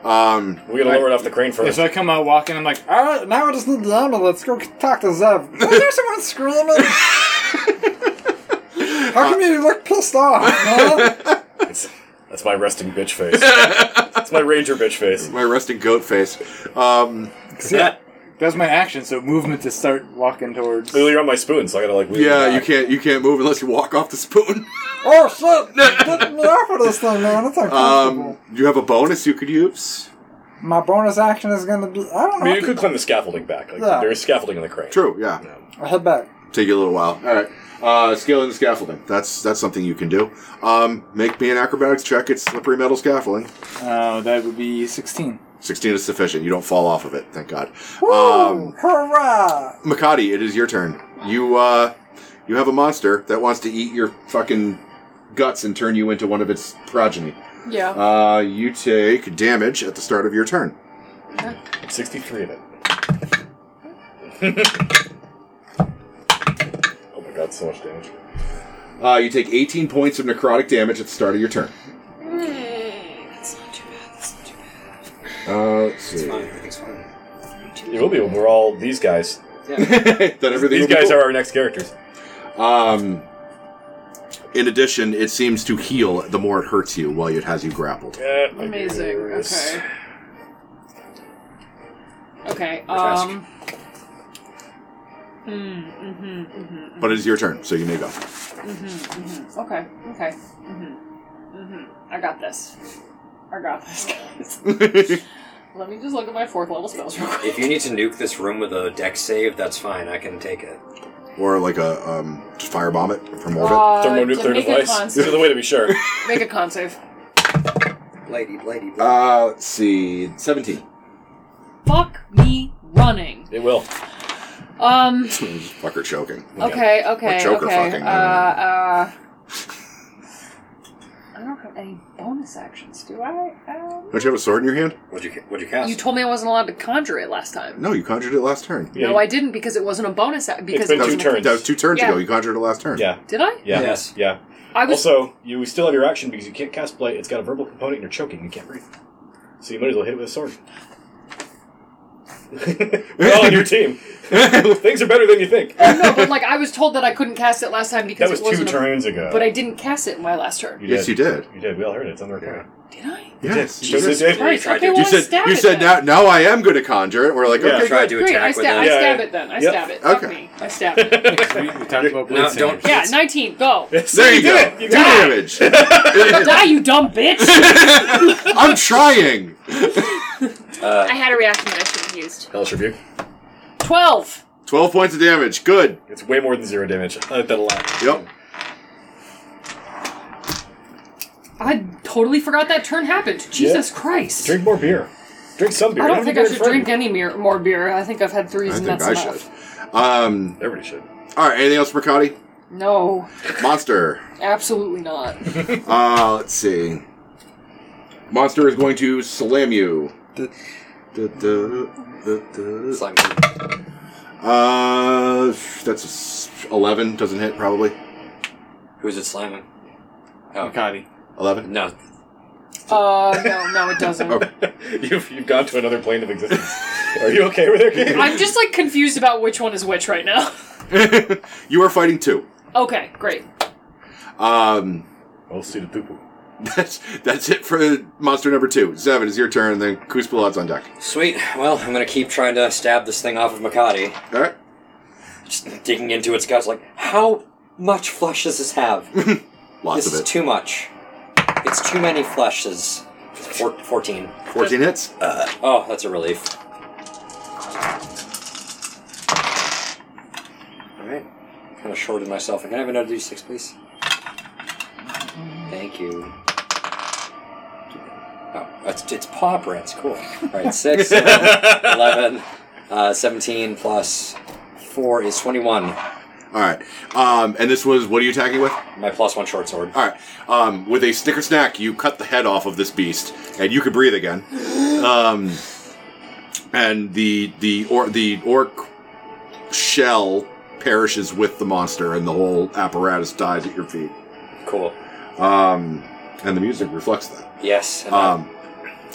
B: Um,
C: We gotta lower it off the crane
E: Yeah,
C: first.
E: so I come out walking, I'm like, alright, now I just need the ammo, let's go talk to Zev. Was there someone screaming? How come you look pissed off? huh?
C: It's- that's my resting
B: <laughs>
C: bitch face. that's my ranger bitch face.
B: my rusting goat face. Um,
E: See, that's my action, so movement to start walking towards.
C: Clearly, you're on my spoon, so I gotta like. wheel
B: yeah,
C: it
B: you
C: back.
B: can't you can't move unless you walk off the <laughs> spoon. <laughs>
E: Oh shit! Get me off of this thing, man, it's uncomfortable.
B: Um, you have a bonus you could use.
E: my bonus action is gonna be. I don't
C: I
E: know.
C: mean, you could climb the scaffolding back. Like,
E: Yeah.
C: There is scaffolding in the crane.
B: True. Yeah.
E: I'll head back.
B: Take you a little while. All right. Uh, scaling the scaffolding. That's that's something you can do. Um, make me an acrobatics check. It's slippery metal scaffolding.
E: Uh, that would be 16.
B: Sixteen is sufficient. You don't fall off of it. Thank God.
E: Woo!
B: Um,
E: Hurrah!
B: Makati, it is your turn. You uh, you have a monster that wants to eat your fucking guts and turn you into one of its progeny.
F: Yeah.
B: Uh, you take damage at the start of your turn.
C: I'm 63 in it. <laughs> oh my god, so much damage.
B: Uh, you take 18 points of necrotic damage at the start of your turn. Uh, let's see.
A: Fine, everything's fine.
C: It will be when we're all these guys.
B: <laughs> then everything
C: These
B: will be
C: guys
B: cool.
C: are our next characters.
B: Um, in addition, it seems to heal the more it hurts you while it has you grappled.
C: Eh, my
F: Amazing.
C: goodness.
F: Okay. Okay. Um. Mm, hmm hmm
B: But it is your turn, so you may go. <laughs>
F: hmm Okay. Okay. hmm hmm I got this. I got this, <laughs> guys. Let me just look at my fourth level spells real quick.
A: If you need to nuke this room with a deck save, that's fine. I can take it.
B: Or like a um, just firebomb it from orbit.
F: Uh, to
C: Thermonuclear
F: make a
C: <laughs>
F: con
C: device. The
F: save.
C: other way to be sure.
F: Make a con save.
A: Lady, lady.
B: Uh, let's see, seventeen.
F: Fuck me running.
C: It will. <laughs>
F: Um.
B: Fucker choking.
F: Okay, okay,
B: Joker
F: okay.
B: fucking,
F: uh, uh, I don't have any bonus actions, do I? Um,
B: Don't you have a sword in your hand?
A: What'd you ca- What'd you cast?
F: you told me I wasn't allowed to conjure it last time.
B: No, you conjured it last turn.
C: Yeah,
F: no,
C: you-
F: I didn't because it wasn't a bonus. Ac- because
C: been
F: it
B: That was
F: wasn't
C: two
F: a-
C: turns.
B: That was two turns
F: Yeah.
B: ago. You conjured it last turn.
C: Yeah.
F: Did I?
C: Yeah.
A: Yes.
C: Yeah.
F: I was.
C: Also, you still have your action because you can't cast play. It's got a verbal component. and You're choking. You can't breathe. So you might as well hit it with a sword. <laughs> We're all on
B: <laughs>
C: your team. Things are better than you think. That
F: oh, no, but like I was told that I couldn't cast it last time because
C: was
F: it
C: two
F: wasn't. a,
C: turns ago.
F: But I didn't cast it in my last turn.
B: Yes, you did.
C: You did. We all heard it. It's on the recording.
F: Did I?
B: Yes, you
C: Jesus.
B: did.
C: <laughs>
A: Yeah, you
F: Christ,
A: tried
F: okay,
A: to-
F: well,
B: You
F: I
B: said
F: stab
B: you
F: it
B: said now
F: then.
B: now I am going to conjure it. We're like
C: Yeah.
B: okay,
A: tried
B: good.
A: to
F: Great, I,
A: attack
F: sta-
A: with
F: I
A: a.
C: Yeah,
F: stab
C: yeah.
F: it then. I
C: Yep.
F: stab it. Fuck
B: Okay.
F: me. I
B: <laughs>
F: stab it.
E: We, we talked about
A: No,
E: blade
A: don't.
E: singers.
F: Yeah, 19,
C: <laughs>
F: go.
B: There you, go.
C: You
B: Two damage. <laughs>
F: Die, you dumb bitch!
B: I'm trying.
G: I had a reaction that I should have used.
C: Hellish rebuke.
F: 12!
B: 12 points of damage. Good.
C: It's way more than zero damage. I like that a lot.
B: Yep.
F: I totally forgot that turn happened. Jesus Christ.
C: Drink more beer. Drink some beer.
F: I don't
C: Have a
F: think
C: beer
F: I
C: in
F: should
C: front of
F: drink
C: you.
F: any mere, more beer. I think I've had threes
B: I
F: and
B: think
F: that's
B: I
F: enough.
B: should. Um,
C: Everybody should. <laughs>
B: all right, anything else for Cody?
F: No,
B: Monster.
F: absolutely not.
B: Uh, let's see. Monster is going to slam you. Du- du- du- du- du-
A: Slime.
B: Uh, that's a s- 11. Doesn't hit, probably.
A: Who's it slamming? Oh,
E: Makati.
B: 11?
A: no.
F: Uh, no, no, it doesn't.
C: You've, you've gone to another plane of existence. <laughs> Are you okay with it? Gabe?
F: I'm just like confused about which one is which right now.
B: <laughs>
F: <laughs>
B: you are fighting two.
F: Okay, great.
B: Um,
C: I'll see the tupu.
B: <laughs> that's that's it for monster number two. Seven is your turn, then Kuzpilat's on deck.
A: Sweet. Well, I'm gonna keep trying to stab this thing off of Makati.
B: All right.
A: Just digging into its guts, like, how much flesh does this have?
B: Lots
A: this
B: of
A: is
B: it.
A: too much. It's too many fleshes. Four, 14.
B: 14 hits.
A: Oh, that's a relief. Alright. Kind of shorted myself. Can I have another d6, please? Thank you. Oh, it's, it's paw prints. Cool.
B: <laughs>
A: Alright, 6, seven, 11, uh, 17 plus 4 is 21.
B: All right. Um, and this was what are you attacking with?
A: My plus 1 short sword.
B: All right. Um, with a snicker snack, you cut the head off of this beast, and you can
A: <gasps>
B: breathe again. Um, and the the or the orc shell perishes with the monster, and the whole apparatus dies at your feet.
A: Cool.
B: Um, and the music reflects that.
A: Yes. and, uh,
B: Um,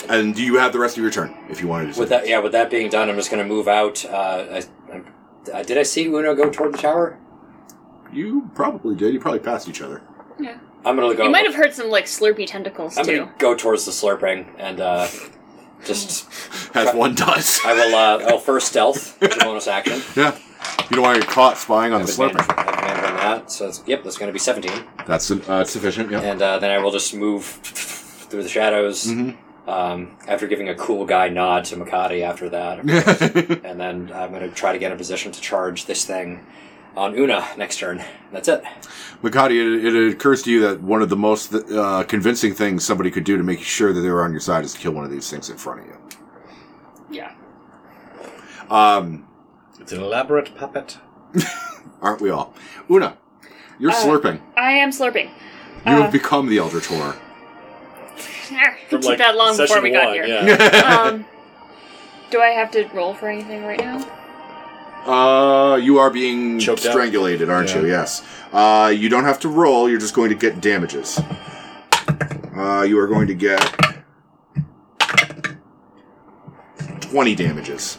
B: and do you have the rest of your turn if you wanted to?
A: with that, yeah. With that being done, I'm just going to move out. Uh, I, I'm, uh, did I see Uno go toward the tower?
B: you probably did. You probably passed each other.
A: I'm going to go.
D: You might have heard some like slurpy tentacles
A: I'm
D: too.
A: gonna go towards the slurping and uh, just
B: As one does.
A: I will. Uh, I'll first stealth, which is a bonus action.
B: yeah. You don't want to get caught spying on the
A: I've
B: slurper.
A: advantage- I have advantage on that. So that's, yep, that's going to be 17,
B: That's uh, sufficient. Yeah. <laughs>
A: and uh, then I will just move through the shadows. Um, after giving a cool guy nod to Makati after that, and then I'm going to try to get in a position to charge this thing on Una next turn. That's it.
B: Makati, it, it occurs to you that one of the most uh, convincing things somebody could do to make sure that they were on your side is to kill one of these things in front of you.
F: Yeah.
B: Um,
C: It's an elaborate puppet.
B: aren't we all? Una, you're slurping.
D: I am slurping.
B: You
D: uh,
G: Uh,
B: have become the Eldritch Horror.
D: it took that long before
C: session
D: we got
C: one,
B: <laughs>
D: here.
G: <laughs>
C: Yeah.
D: Um, do I have to roll for anything right now?
B: Uh, you are being
C: Choked out?
B: strangulated, aren't you?
C: Yeah.
B: Yes. Uh, you don't have to roll. You're just going to get damages. Uh, you are going to get twenty damages,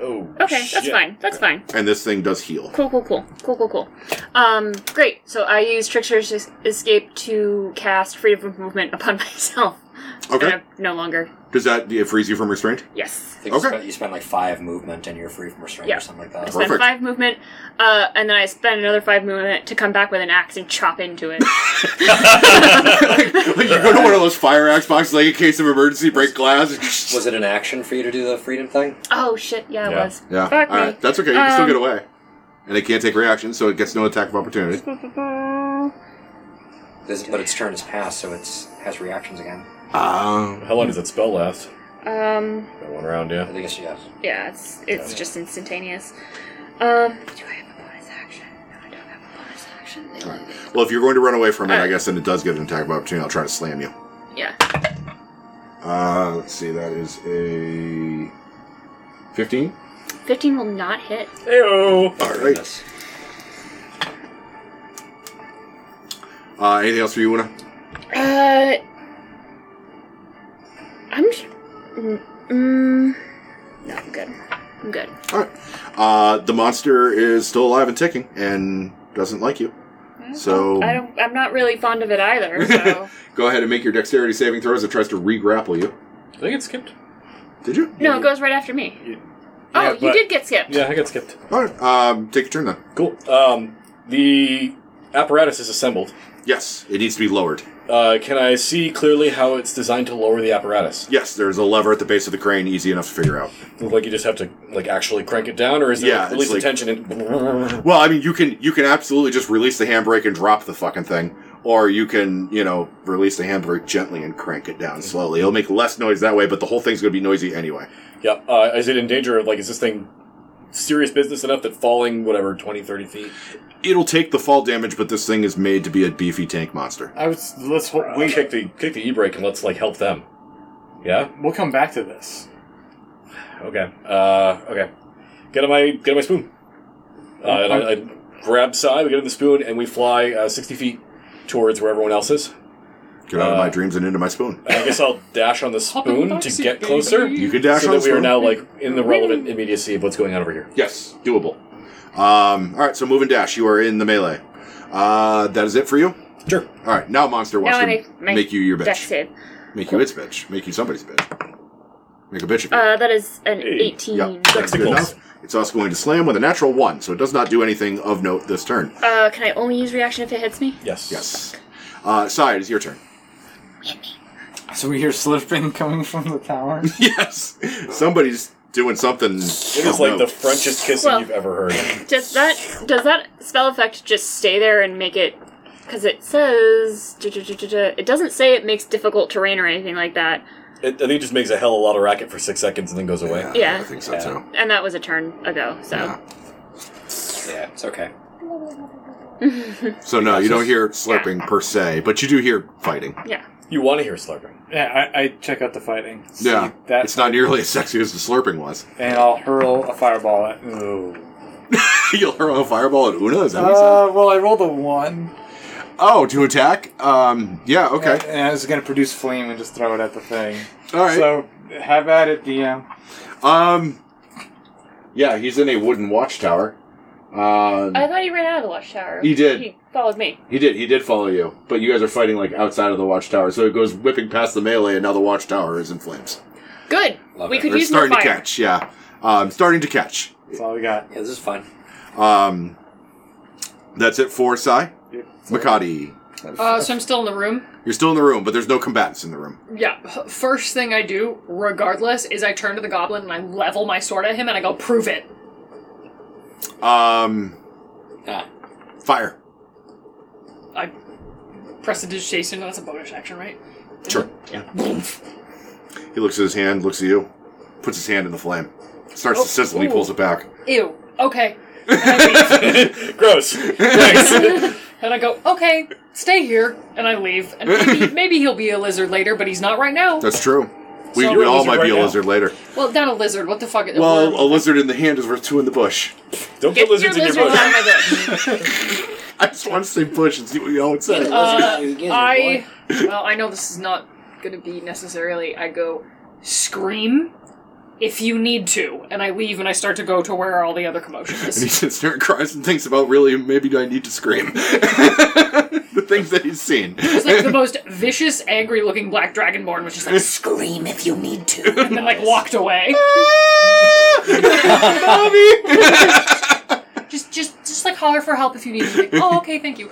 C: oh,
D: Okay, that's
C: shit.
D: fine. That's fine.
B: and this thing does heal.
D: Cool, cool, cool, cool, cool, cool. Um, great. So I use Trickster's Es- Escape to cast Freedom of Movement upon <laughs> myself. And
B: Okay.
D: I'm no longer.
B: Does that it frees you from restraint? <laughs>
D: Yes.
A: I think you
B: Okay.
A: spend- you spend like five movement and you're free from restraint
D: Yeah.
A: or something like that.
D: Spend
B: Perfect.
D: five movement, uh, and then I spend another five movement to come back with an axe and chop
B: <laughs>
D: into it.
B: like you go to one of those fire axe boxes, like in case of emergency, break glass.
A: Was it an action for you to do the freedom thing?
D: oh shit! Yeah, it
C: Yeah.
D: was.
B: yeah,
D: Fuck
B: all
D: me.
B: right, that's okay. You can still
D: Um,
B: get away, and it can't take reaction, so it gets no attack of opportunity.
A: This, but its turn is passed, so it's has reactions again.
B: Um,
C: How long does that spell last?
D: Um,
C: That one round,
A: I
C: yeah.
A: think it's yes.
D: yeah, it's it's just instantaneous. Um, do I have a bonus action? No, I don't have a bonus action. They let me-
B: well, if you're going to run away from it, I
D: Alright.
B: guess then it does get an attack of opportunity. I'll try to slam you.
D: Yeah.
B: Uh, let's see, that is a fifteen.
D: Fifteen will not hit.
C: Ew.
B: All right. Uh, anything else for you, Una?
D: Uh, I'm. sh- mm, Mm, no, I'm good. I'm good.
B: All right. Uh, the monster is still alive and ticking, and doesn't like you. So
D: I don't. I'm not really fond of it
B: <laughs>
D: either. So
B: go ahead and make your dexterity saving throw as it tries to re-grapple you.
C: I think it skipped.
B: Did you?
D: no, it goes right after me.
C: Yeah,
D: oh, you
C: but-
D: did get skipped.
C: Yeah, I got skipped.
B: All right. Um, take your turn then.
C: Cool. Um, the apparatus is assembled.
B: Yes, it needs to be lowered.
C: Uh, can I see clearly how it's designed to lower the apparatus?
B: Yes, there's a lever at the base of the crane, easy enough to figure out.
C: Like you just have to like actually crank it down, or is there
B: Yeah,
C: like, release
B: it's
C: the tension? And <laughs>
B: Well, I mean, you can you can absolutely just release the handbrake and drop the fucking thing, Or you can, you know, release the hammer gently and crank it down slowly. It'll make less noise that way, but the whole thing's going to be noisy anyway.
C: Yeah. Uh, is it in danger of, like, is this thing serious business enough that falling, whatever, 20, 30 feet?
B: It'll take the fall damage, but this thing is made to be a beefy tank monster.
E: I was. Let's ho-
C: We
E: wait.
C: kick the kick the e brake and let's like help them. Yeah.
E: We'll come back to this.
C: Okay. Uh, okay. Get on my get on my spoon. Uh, and I, I grab Sai, we get in the spoon, and we fly uh, sixty feet towards where everyone else is.
B: Get out of my
C: Uh,
B: dreams and into my spoon.
C: And I
B: <laughs>
C: guess I'll dash on the
F: Hop in the
C: spoon to
F: backseat,
C: get
F: baby.
C: closer.
B: You can dash
C: so
B: on
C: that
B: the
C: we
B: spoon.
C: are now like in the relevant immediacy of what's going on over here.
B: Yes, doable. Um, all right, so move and dash. You are in the melee. Uh, that is it for you.
C: Sure.
B: All right, now monster wants
G: Now
B: to
G: I make-
B: make,
G: make
B: you your bitch,
G: Death save.
B: make you its bitch, make you somebody's bitch, make a bitch of you.
G: Uh, that is an
C: Hey.
G: 18.
B: yeah, that's good
C: Testicles.
B: enough. It's also going to slam with a natural one, so it does not do anything of note this turn.
G: Uh, can I only use reaction if it hits me?
C: Yes.
B: Yes. Uh, Sai, it is your
C: <laughs>
B: turn.
E: So we hear slurping <laughs> coming from the tower.
B: Yes, somebody's doing something.
C: It is like the Frenchest kissing
G: Well-
C: you've ever heard.
G: Does that does that spell effect just stay there and make it? Because it says it doesn't say it makes difficult terrain or anything like that.
C: It, I think it just makes a hell of a lot of racket for six seconds and then goes away.
G: Yeah.
B: I think so
A: Yeah.
B: too.
G: And that was a turn ago, so
B: Yeah.
A: Yeah, it's okay.
B: So no, you don't hear slurping per se, but you do hear fighting.
C: You want to hear slurping.
E: <laughs> yeah, I, I check out the fighting. See
B: Yeah,
E: that,
B: it's not nearly as sexy as the slurping was. <laughs>
E: and I'll hurl a fireball at. Ooh.
B: You'll throw a fireball at Una. Is that what you said?
E: Uh, well, I rolled a one.
B: Oh, to attack? Um, yeah, okay.
E: And I was gonna produce flame and just throw it at the thing.
B: All right.
E: So have at it, DM.
B: um, yeah, he's in a wooden watchtower. Um,
D: I thought he ran out of the watchtower.
B: He did.
D: He followed me.
B: he did. He did follow you, but you guys are fighting like outside of the watchtower, so it goes whipping past the melee, and now the watchtower is in flames.
G: good.
A: Love
G: we
A: it.
G: could
B: They're
G: use more
B: starting to
G: fire.
B: catch. Yeah, um, starting to catch.
E: That's all we got.
A: Yeah, this is fine.
B: Um, that's it for Sai. Makati,
F: Uh, so I'm still in the room.
B: you're still in the room, but there's no combatants in the room.
F: Yeah. h- First thing I do, regardless, is I turn to the goblin and I level my sword at him and I go, "Prove it."
B: Um,
A: Ah,
B: fire.
F: I press the digitation. That's a bonus action, right?
B: Sure. He looks at his hand, looks at you, puts his hand in the flame, starts to sizzle, and he
F: ooh.
B: pulls it back.
F: Ew. Okay. And I, leave.
C: <laughs> Gross.
B: <laughs>
C: Thanks.
F: And I go, "Okay, stay here," and I leave. And
C: <laughs>
F: maybe, maybe he'll be a lizard later, but he's not right now.
B: That's true. We,
F: So-
B: we all
C: Lizard
B: might be
C: right
B: a
C: now.
B: lizard later.
F: Well, not a lizard. What the fuck?
B: Well, a lizard in the hand is worth two in the bush. <laughs>
C: Don't
G: Get
C: put lizards
G: your
C: in your
G: lizards
C: bush.
G: out of my bush.
B: I just want to say bush and see what y'all would
F: <laughs>
B: say.
F: Uh,
A: Lizard, lizard,
F: I
A: boy.
F: well, I know this is not going to be necessarily. I go scream if you need to, and I leave and I start to go to where all the other commotion
B: And he <laughs>
F: is.
B: sits there and cries and thinks about really maybe I need to scream. <laughs> the things that he's seen.
F: It's like the most vicious, angry-looking black dragonborn, which is like scream if you need to, and then like walked away. <laughs> Just, just, just like holler for help if you need. to. Like, oh, okay, thank you.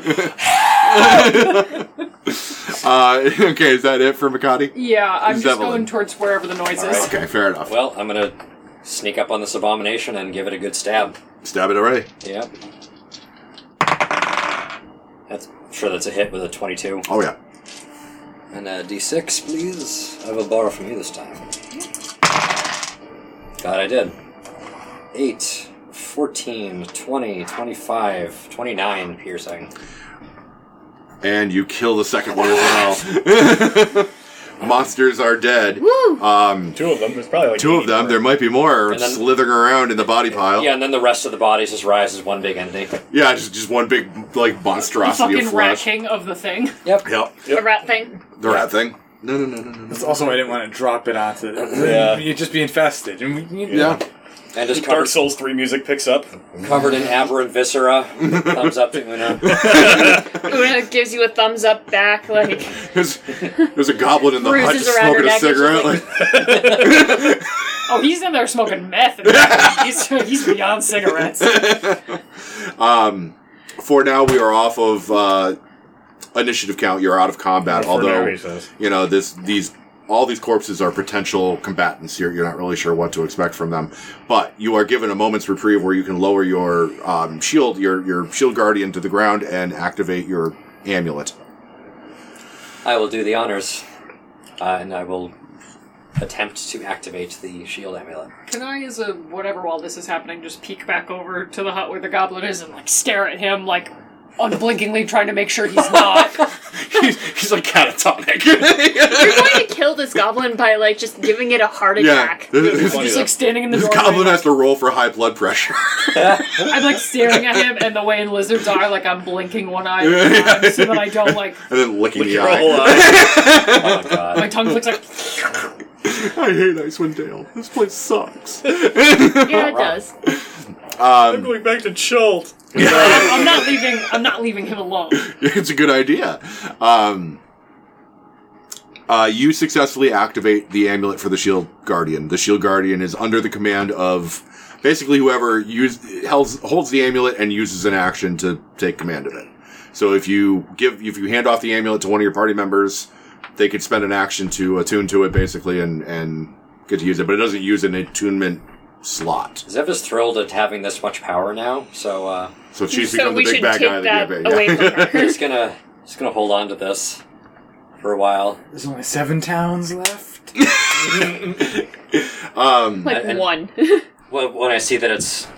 B: uh, <laughs> okay, is that it for Makati?
F: Yeah, I'm just
B: Zevelin.
F: going towards wherever the noise is.
B: Okay, fair enough.
A: Well, I'm gonna sneak up on this abomination and give it a good stab.
B: Stab it already.
A: Yep. That's I'm sure that's a hit with a 22.
B: Oh yeah.
A: And a d6, please. I will borrow from you this time. God, I did. 8, 14, 20, 25, 29 piercing.
B: And you kill the second one as well. Monsters are dead. Um,
C: Two of them. There's probably like
B: two of
C: 80
B: them.
C: more.
B: There might be more
A: And then-
B: slithering around in the body pile.
A: Yeah, and then the rest of the bodies just rise as one big entity.
B: Yeah, just just one big like
F: The
B: monstrosity of
F: fucking rat
B: flesh.
F: king of the thing.
A: Yep.
B: Yep,
G: The rat thing.
B: the rat thing. No, no, no, no, no.
E: That's also why I didn't want to drop it onto.
C: Yeah.
E: You'd just be infested, and we, you-
B: Yeah,
A: And just
C: Dark
A: covered,
C: Souls 3 music picks up.
A: covered in aberrant viscera. Thumbs up to Una.
G: Una gives you a thumbs up back,
B: <laughs>
G: like
B: <laughs> there's, there's a goblin in the hut
G: Bruises
B: just
G: around her
B: smoking a
G: neck, it's
B: cigarette. Like,
G: just
F: Oh, he's in there smoking meth.
B: <laughs>
F: And he's, he's beyond cigarettes.
B: <laughs> for now, we are off of uh, initiative count. You're out of combat.
C: For now,
B: although
C: he says.
B: you know this these all these corpses are potential combatants here you're not really sure what to expect from them but you are given a moment's reprieve where you can lower your um, shield your your shield guardian to the ground and activate your amulet
A: I will do the honors, uh, and I will attempt to activate the shield amulet.
F: Can I, as a whatever, while this is happening, just peek back over to the hut where the goblin is and like stare at him, like unblinkingly trying to make sure <laughs> he's not.
H: he's, he's like catatonic.
G: You're going to kill this goblin by like just giving it a heart
B: Yeah, <laughs>
G: attack.
B: this, this-
F: just like standing in the
B: this
F: doorway,
B: goblin has to roll for high blood pressure. <laughs>
F: I'm like staring at him, and the way lizards are, like I'm blinking one eye at a time so that I don't like
B: and then licking the
I: Your
B: eye.
C: <laughs>
I: whole eye.
A: Oh my god.
F: <laughs> my tongue flicks like.
B: <laughs> I hate Icewind Dale. This place sucks.
G: Yeah, it does.
C: I'm
B: um,
C: going back to Chult.
F: I'm not leaving. I'm not leaving him alone.
B: <laughs> it's a good idea. Um, uh, you successfully activate the amulet for the Shield Guardian. The Shield Guardian is under the command of basically whoever use, holds, holds the amulet and uses an action to take command of it. So if you give, if you hand off the amulet to one of your party members, they could spend an action to attune to it basically and, and get to use it, but it doesn't use an attunement slot.
A: Zev is thrilled at having this much power now, so uh,
B: So she's
G: So
B: become
G: we
B: the big
G: should
B: bad
G: take
B: guy of
G: that
B: the DFA.
G: away from her.
A: I'm just gonna just gonna hold on to this for a while.
E: There's only seven towns left.
B: Um,
G: Like
A: And- and-
G: one.
A: Well, when I see that it's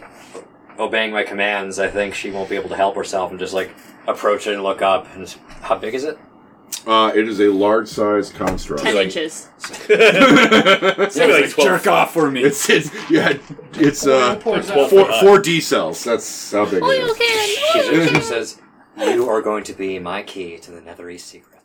A: obeying my commands, I think she won't be able to help herself and just like approach it and look up. And just, how big is it?
B: <laughs> uh, it is a large sized construct.
G: Ten
I: like-
G: inches.
B: <laughs>
I: Maybe like 12.
E: <laughs> Jerk off for me.
B: It's, it's yeah, it's uh,
F: Pours out.
B: four four D cells. That's how big
G: Oh,
B: it
G: you
B: is.
G: can.
A: She, she says, "You are going to be my key to the Nethery secret."